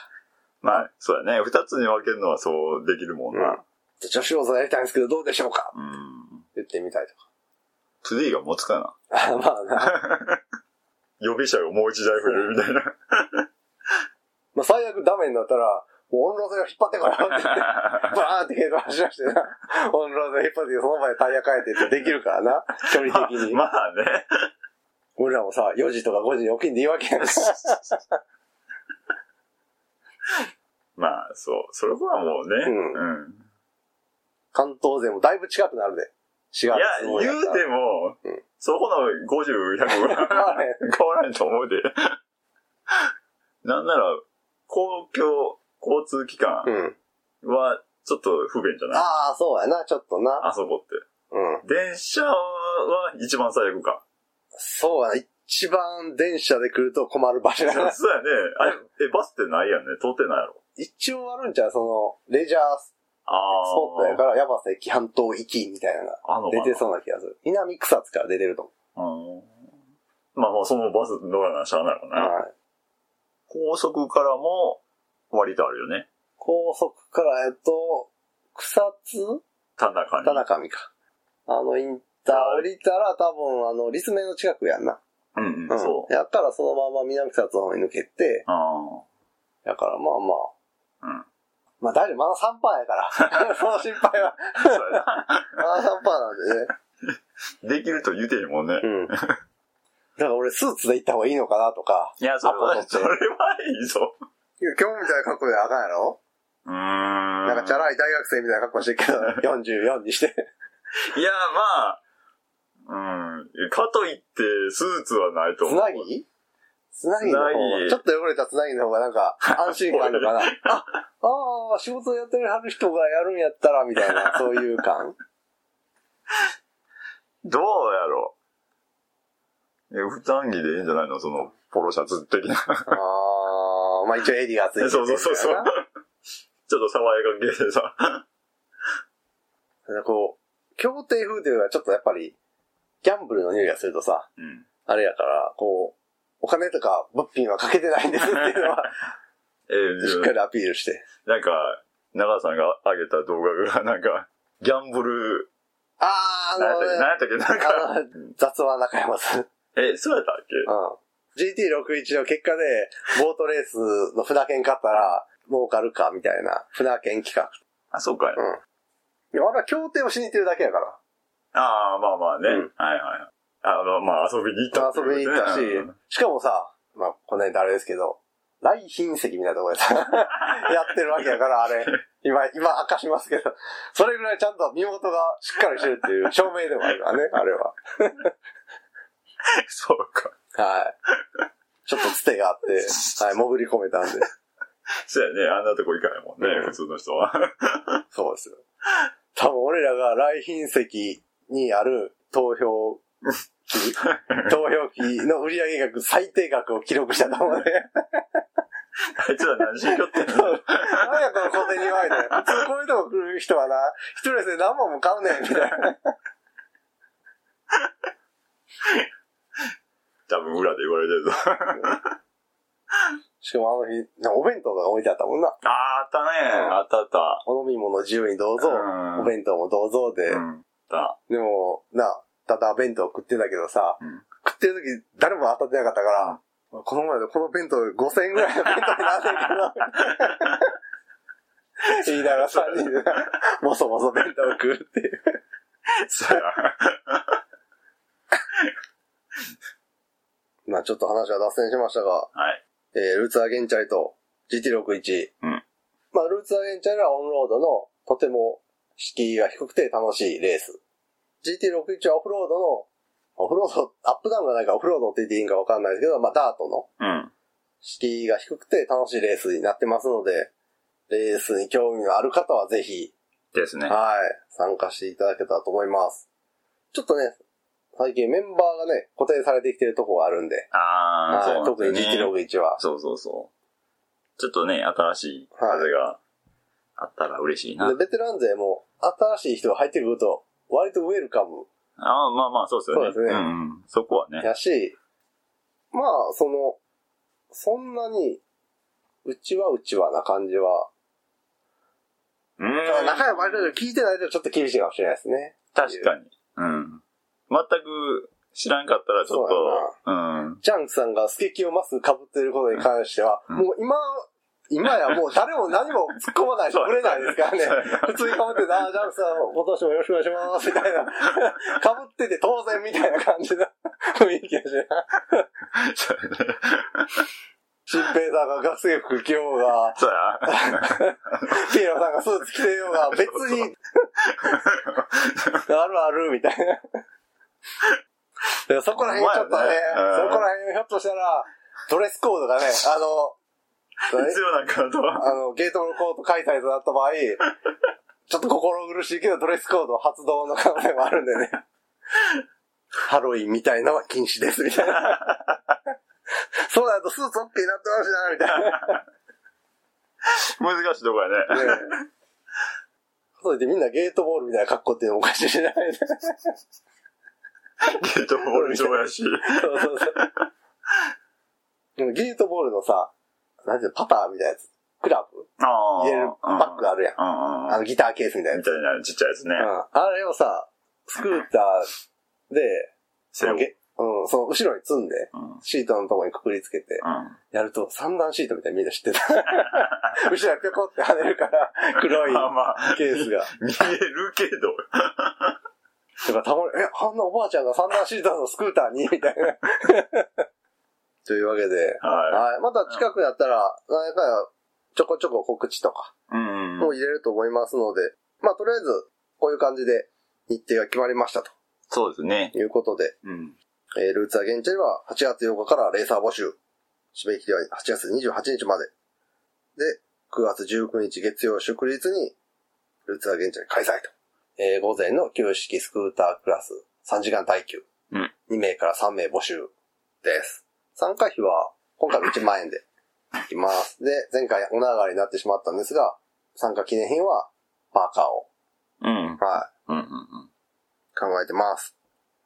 Speaker 2: まあ、そうだね。二つに分けるのは *laughs* そうできるもんな。
Speaker 1: 女子王座やりたいんですけど、どうでしょうか
Speaker 2: うん。
Speaker 1: 言ってみたいとか。
Speaker 2: トゥデイが持つかな。
Speaker 1: あ *laughs* まあな、
Speaker 2: 予備車がもう一台増えるみたいな。
Speaker 1: まあ最悪ダメになったら、もうオンロードが引っ張ってこようって言
Speaker 2: *laughs*
Speaker 1: って、バーンって軽トラ走らしてな、オンロード引っ張って、その場でタイヤ変えてってできるからな、距離的に。
Speaker 2: *laughs* まあね。
Speaker 1: 俺らもさ、4時とか5時に起きんでいいわけやん
Speaker 2: *laughs*
Speaker 1: か。
Speaker 2: まあ、そう。それはもうね。
Speaker 1: うん
Speaker 2: うん
Speaker 1: 関東勢もだいぶ近くなるで。4月
Speaker 2: いや、言うても
Speaker 1: うん、
Speaker 2: そこの50、100は変わ
Speaker 1: あれ
Speaker 2: *laughs* らんと思うで。なんなら、公共、交通機関
Speaker 1: *laughs* うん。
Speaker 2: は、ちょっと不便じゃない
Speaker 1: ああ、そうやな、ちょっとな。
Speaker 2: あそこって。
Speaker 1: うん。
Speaker 2: 電車は一番最
Speaker 1: *laughs*
Speaker 2: 悪か。
Speaker 1: そうやな、一番電車で来ると困る場所
Speaker 2: そう
Speaker 1: や
Speaker 2: やね
Speaker 1: な。。
Speaker 2: あれ、え、バスってないやんね。通ってないやろ。
Speaker 1: 一応あるんちゃうその、レジャースポットや
Speaker 2: あ
Speaker 1: から、矢橋駅半島行きみたいなのが
Speaker 2: あ。あのかな
Speaker 1: 出てそうな気がする。南草津から出てると思
Speaker 2: うんまあまあ、そのバス乗らなしゃあないもん
Speaker 1: う。
Speaker 2: な。
Speaker 1: はい。
Speaker 2: 高速からも、割とあるよね。
Speaker 1: 高速から、えっと、草津
Speaker 2: 田中に。
Speaker 1: 田中美か。あの、インター降りたら多分、あの、立命の近くやんな。
Speaker 2: うんう
Speaker 1: うん
Speaker 2: ん、そう。
Speaker 1: やったらそのまま南草津の方に抜けて、
Speaker 2: あ
Speaker 1: だからまあまあ、
Speaker 2: うん
Speaker 1: まあ大丈夫、まだ3%や
Speaker 2: *laughs*
Speaker 1: から。その心配は。
Speaker 2: そうやな
Speaker 3: ああ、3%なんでね。
Speaker 1: *laughs*
Speaker 2: できると言うてへんもんね。
Speaker 3: うん。
Speaker 1: だから俺スーツで行った方がいいのかなとか。
Speaker 2: いや、それ
Speaker 1: アポ
Speaker 2: は、
Speaker 1: 取って
Speaker 2: それはいいぞ。
Speaker 3: 今日みたいな格好であかんやろ
Speaker 2: うーん。
Speaker 3: なんかチャラい大学生みたいな格好してるけど。
Speaker 2: *laughs*
Speaker 1: 44にして。
Speaker 2: いや、まあ、うん。かといって、スーツはないと
Speaker 1: つ
Speaker 2: 思う。
Speaker 1: なぎつなぎの方
Speaker 2: つなぎ
Speaker 1: が、ちょっと汚れたつなぎの方がなんか安心感あ
Speaker 2: *laughs*
Speaker 1: るのかな。ああー、仕事やってるはる人がやるんやったら、みたい
Speaker 2: *laughs*
Speaker 1: な、そういう感。
Speaker 2: どうやろう。え、普段着でいいんじゃないのその、ポロシャツ的な。
Speaker 1: ああ、まあ一応エディがついて
Speaker 2: そう
Speaker 1: る
Speaker 2: *laughs* そうそうそう。ちょ
Speaker 1: だ
Speaker 2: っ
Speaker 1: か
Speaker 2: と爽やか系でさ。
Speaker 1: らこう、協定風というのはちょっとやっぱり、ギャンブルの匂いがするとさ、
Speaker 2: うん。
Speaker 1: あれやから、こう、お金とか物品はかけてないんですっていうのは、
Speaker 2: えー、
Speaker 1: しっかりアピールして。
Speaker 2: なんか、長さんが上げた動画が、なんか、ギャンブル、
Speaker 1: ああ、
Speaker 2: 何
Speaker 1: あ
Speaker 2: やったっ
Speaker 1: の
Speaker 2: け
Speaker 1: ね、
Speaker 2: 何やったっけなん
Speaker 1: あ
Speaker 2: か、
Speaker 1: の、雑話中山さん。
Speaker 2: え、そうやったっけ
Speaker 1: うん。GT61 の結果で、ボートレースの船券買ったら、儲かるか、みたいな、船券企画。
Speaker 2: あ、そうかい。
Speaker 1: いや、あれは協定をしに行ってるだけやから。
Speaker 2: ああ、まあまあね。
Speaker 1: うん
Speaker 2: はいはいはい。あの、まあ遊びに行ったって
Speaker 1: 遊
Speaker 2: ことね
Speaker 1: びに行ったし
Speaker 2: うん、
Speaker 1: しかもさ、まあ、この辺あれですけど、来賓席みたいなところでさ、 *laughs* やってるわけやから、あれ。今、今明かしますけど、それぐらいちゃんと身元がしっかりしてるっていう証明でもあるわね、あれは。
Speaker 2: *laughs* そうか。
Speaker 1: はい。ちょっとつてがあって、はい、潜り込めたんで。
Speaker 2: そうやね。あんなとこ行かないもんね、
Speaker 1: うん
Speaker 2: 普通の人は。 *laughs*
Speaker 1: そうですよ。多分俺らが来賓席にある投
Speaker 2: *laughs*
Speaker 1: 票機、投票機の売上額最低額を記録したと思うね。
Speaker 2: あいつら何しに行ってんの *laughs*
Speaker 1: なんやこの小銭前で。普通こういうとこ来る人はな、一人で何本も買うねん、みたいな。
Speaker 2: 多分裏で言われてるぞ。
Speaker 1: しかもあの日、なんかお弁当が置いてあったもんな。
Speaker 2: ああ、あったね。あったあった。
Speaker 1: お飲み物自由にどうぞ、
Speaker 2: うん
Speaker 1: お弁当もどうぞで、
Speaker 2: うん。だ。
Speaker 1: でも、な、ただ弁当食ってたけどさ、
Speaker 2: うん
Speaker 1: 食ってる時誰も当たってなかったから、この前のこの弁当5000円ぐらいの弁当になんねんけど、言いながら3人でな、もそもそ弁当食うっていう。
Speaker 2: そうや。
Speaker 1: まあちょっと話は脱線しましたが、
Speaker 2: *laughs* はい。
Speaker 1: えールーツアーゲンチャリと GT61。
Speaker 2: うん
Speaker 1: まあルーツアーゲンチャリはオンロードのとても敷居が低くて楽しいレース。GT61 はオフロードの、オフロード、アップダウンがないからオフロードって言っていいんかわかんないですけど、まあダートの
Speaker 2: うん。
Speaker 1: 敷居が低くて楽しいレースになってますので、レースに興味のある方はぜひ、
Speaker 2: ですね。
Speaker 1: はい、参加していただけたらと思います。ちょっとね、最近メンバーがね、固定されてきてるとこがあるんで、
Speaker 2: あ
Speaker 1: はい、
Speaker 2: あ、そう
Speaker 1: 特
Speaker 2: なん
Speaker 1: に
Speaker 2: ですね
Speaker 1: GT61 は。
Speaker 2: そうそうそう。ちょっとね、新しい風があったら嬉しいな。
Speaker 1: で、ベテラン勢も、新しい人が入ってくると、割とウェルカム
Speaker 2: ああ、まあまあ、そうですよね。
Speaker 1: そうですね
Speaker 2: んうん。そこはね。
Speaker 1: やし、まあ、その、そんなに、うちはうちはな感じは。
Speaker 2: うん。
Speaker 1: 中山割と聞いてないとちょっと厳しいかもしれないですね。
Speaker 2: 確かに。うん。全く知らんかったらちょっと、うん。
Speaker 1: ジャンクさんがスケキをマスク被ってることに関しては、
Speaker 2: うん
Speaker 1: もう今、今やもう誰も何も突っ込ま
Speaker 2: *laughs*
Speaker 1: ないし、触れないですからね。普通に被ってて、ああ、ジャンクさん、今年もよろしくお願いします、
Speaker 2: *laughs*
Speaker 1: みたいな。被ってて当然みたいな感じの *laughs* 雰囲気がしない。
Speaker 2: そうやね
Speaker 1: 新平さんが学生服着ようが、
Speaker 2: そうや。
Speaker 1: ピエロさんがスーツ着てようが、別
Speaker 2: *laughs*
Speaker 1: に、あるある、みたいな。いやそこら辺ちょっとね、
Speaker 2: お前やねう
Speaker 1: そ
Speaker 2: ん
Speaker 1: こら辺ひょっとしたら、ドレスコードがね、あの、
Speaker 2: 必要なんかなとは。
Speaker 1: あの、ゲートのコート開催となった場合、ちょっと心苦しいけど、ドレスコード発動の可能性もあるんでね。ハロウィンみたいのは禁止です、みたい
Speaker 2: *laughs*
Speaker 1: な。そうだとスーツ OK になってますしな、みたいな。
Speaker 2: 難しいとこやね。
Speaker 1: ねそうでみんなゲートボールみたいな格好っていうのもおかしいじ
Speaker 2: *laughs*
Speaker 1: ゃないね。
Speaker 2: ゲートボール上
Speaker 1: *laughs*
Speaker 2: やし。
Speaker 1: そうそうそう。でもゲートボールのさ、なんていうの、パターみたいなやつ。クラブ
Speaker 2: ああ。
Speaker 1: 入れるバッグあるやん。
Speaker 2: うんうん
Speaker 1: あのギターケースみたいなや
Speaker 2: み
Speaker 1: つ。
Speaker 2: たいなちっちゃいやつね
Speaker 1: う。ん。あれをさ、スクーターで、
Speaker 2: 背負
Speaker 1: ゲうん、その後ろに積んで、
Speaker 2: うん。うん。
Speaker 1: シートのとこにくくりつけて、やると三段シートみたいにみんな知ってた。 *laughs* 後ろにぴょこって跳ねるから、黒い
Speaker 2: まあまあ、
Speaker 1: ケースが。
Speaker 2: 見えるけど。
Speaker 1: とか、たまに、え、あんなおばあちゃんが三段シートのスクーターにみたいな。 *laughs* というわけで、
Speaker 2: は
Speaker 1: はい。また近くやったら、なんかちょこちょこ告知とか
Speaker 2: い。うん。
Speaker 1: も入れると思いますので、まあとりあえず、こういう感じで日程が決まりましたと
Speaker 2: そうですね。
Speaker 1: いうことで、
Speaker 2: うん。
Speaker 1: えールーツアゲンチェリは8月8日からレーサー募集。締め切りは8月28日まで。で、9月19日月曜祝日に、ルーツアゲンチェリ開催と。えー午前の旧式スクータークラス3時間耐久。
Speaker 2: うん
Speaker 1: 2名から3名募集です。参加費は今回は1万円でいきます。で、前回お流れになってしまったんですが、参加記念品はパーカーを、
Speaker 2: うん。うん。
Speaker 1: はい、
Speaker 2: うん。うん。
Speaker 1: 考えてます。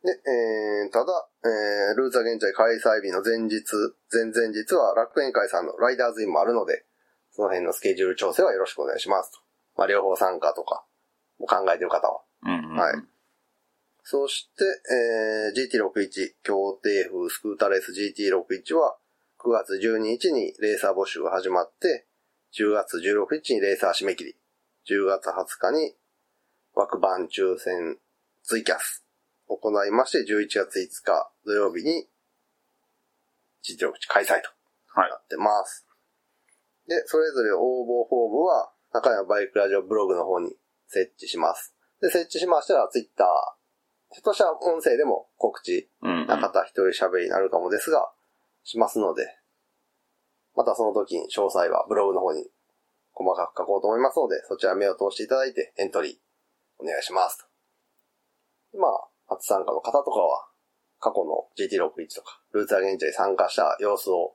Speaker 1: で、えー、ただ、えー、ルーツは現在開催日の前日、前々日は楽園会さんのライダーズインもあるので、その辺のスケジュール調整はよろしくお願いしますと。まあ、両方参加とか、も考えてる方は。
Speaker 2: うん。うん
Speaker 1: はい。そして、えー、GT61、協定風スクーターレース GT61 は、9月12日にレーサー募集が始まって、10月16日にレーサー締め切り、10月20日に枠番抽選ツイキャスを行いまして、11月5日土曜日に GT61 開催と
Speaker 2: はい
Speaker 1: なってます。で、それぞれ応募フォームは、中山バイクラジオブログの方に設置します。で、設置しましたら、ツイッター、ひょっとしたら音声でも告知、
Speaker 2: うん。うん
Speaker 1: 中田一人喋りになるかもですが、しますので、またその時に詳細はブログの方に細かく書こうと思いますので、そちら目を通していただいてエントリーお願いしますと。まあ、初参加の方とかは、過去の GT61 とか、ルーツアゲンチャに参加した様子を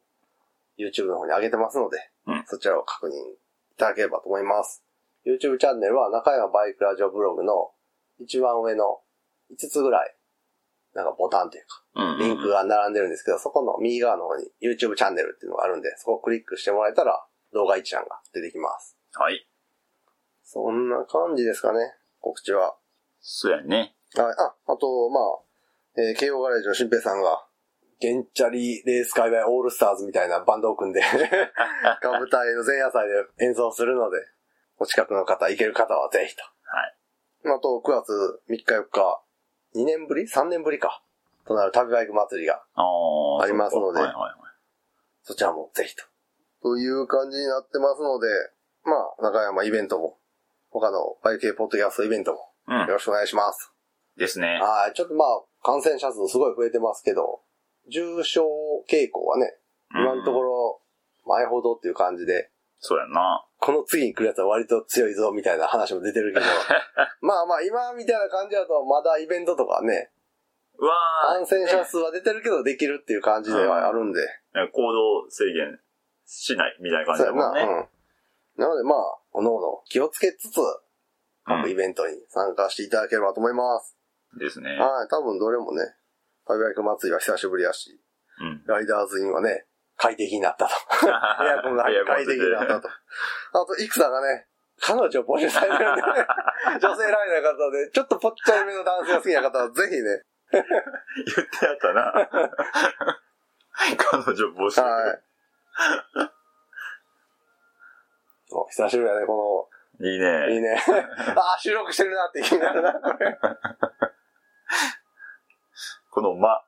Speaker 1: YouTube の方に上げてますので、
Speaker 2: うん
Speaker 1: そちらを確認いただければと思います。YouTube チャンネルは中山バイクラジオブログの一番上の5つぐらい、なんかボタンというか、
Speaker 2: うん。
Speaker 1: リンクが並んでるんですけど、そこの右側の方に YouTube チャンネルっていうのがあるんで、そこをクリックしてもらえたら動画一覧が出てきます。
Speaker 2: はい。
Speaker 1: そんな感じですかね、告知は。
Speaker 2: そうやね。
Speaker 1: はい、あ、あと、まあ、えー、慶応ガレージの新平さんが、ゲンチャリレース界隈オールスターズみたいなバンドを *laughs* 組んで、歌舞隊の前夜祭で演奏するので、お近くの方、行ける方はぜひと。はい。あと、9月3日4日、2年ぶり ?3 年ぶりか。となる旅バイク祭りが
Speaker 2: ああ。
Speaker 1: ありますので
Speaker 2: そうかはいはいはい。
Speaker 1: そちらもぜひと。という感じになってますので、まあ、中山イベントも、他のバイク系ポッドキャストイベントも、
Speaker 2: うん
Speaker 1: よろしくお願いします。
Speaker 2: ですね。
Speaker 1: はい、ちょっとまあ、感染者数すごい増えてますけど、重症傾向はね、今のとこ
Speaker 2: ろ。
Speaker 1: ろ、前ほどっていう感じで、
Speaker 2: そうやな。
Speaker 1: この次に来るやつは割と強いぞみたいな話も出てる *laughs* けど、まあまあ、今みたいな感じだと、まだイベントとかね、
Speaker 2: うわー
Speaker 1: 感染者数は出てるけど、できるっていう感じではあるんで、
Speaker 2: なんか行動制限しないみたいな感じ
Speaker 1: そう
Speaker 2: だ
Speaker 1: や
Speaker 2: もん
Speaker 1: な。
Speaker 2: ね。
Speaker 1: うん。なのでまあ、おのおの気をつけつつ、各イベントに参加していただければと思います。
Speaker 2: うんですね。
Speaker 1: はい、多分どれもね、旅バイク祭りは久しぶりやし、
Speaker 2: うん。
Speaker 1: ライダーズインはね、快適にな
Speaker 2: *laughs*
Speaker 1: ったと。エアコンが入って快適になったと。あと、イクさんがね、彼女を募集されて
Speaker 2: *laughs*
Speaker 1: るんで、ね、女性ライダーの方で、ちょっとぽっちゃりめの男性が好きな方は、ぜひね、
Speaker 2: 言ってやったな。彼女募集。 *laughs*
Speaker 1: はい。お久しぶりだね、こ
Speaker 2: いい
Speaker 1: の、いい
Speaker 2: ね。
Speaker 1: ね。 *laughs* ああ、収録してるなって気になるな、これ。
Speaker 2: こ
Speaker 1: *laughs*
Speaker 2: の間。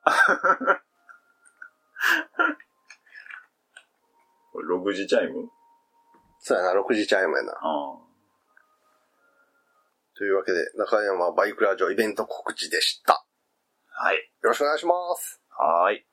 Speaker 2: これ、6時チャイム
Speaker 1: そうやな、6時チャイムやな。
Speaker 2: あ
Speaker 1: というわけで、中山バイクラジオイベント告知でした。
Speaker 2: あ。はい。
Speaker 1: よろしくお願いします。
Speaker 2: はーい。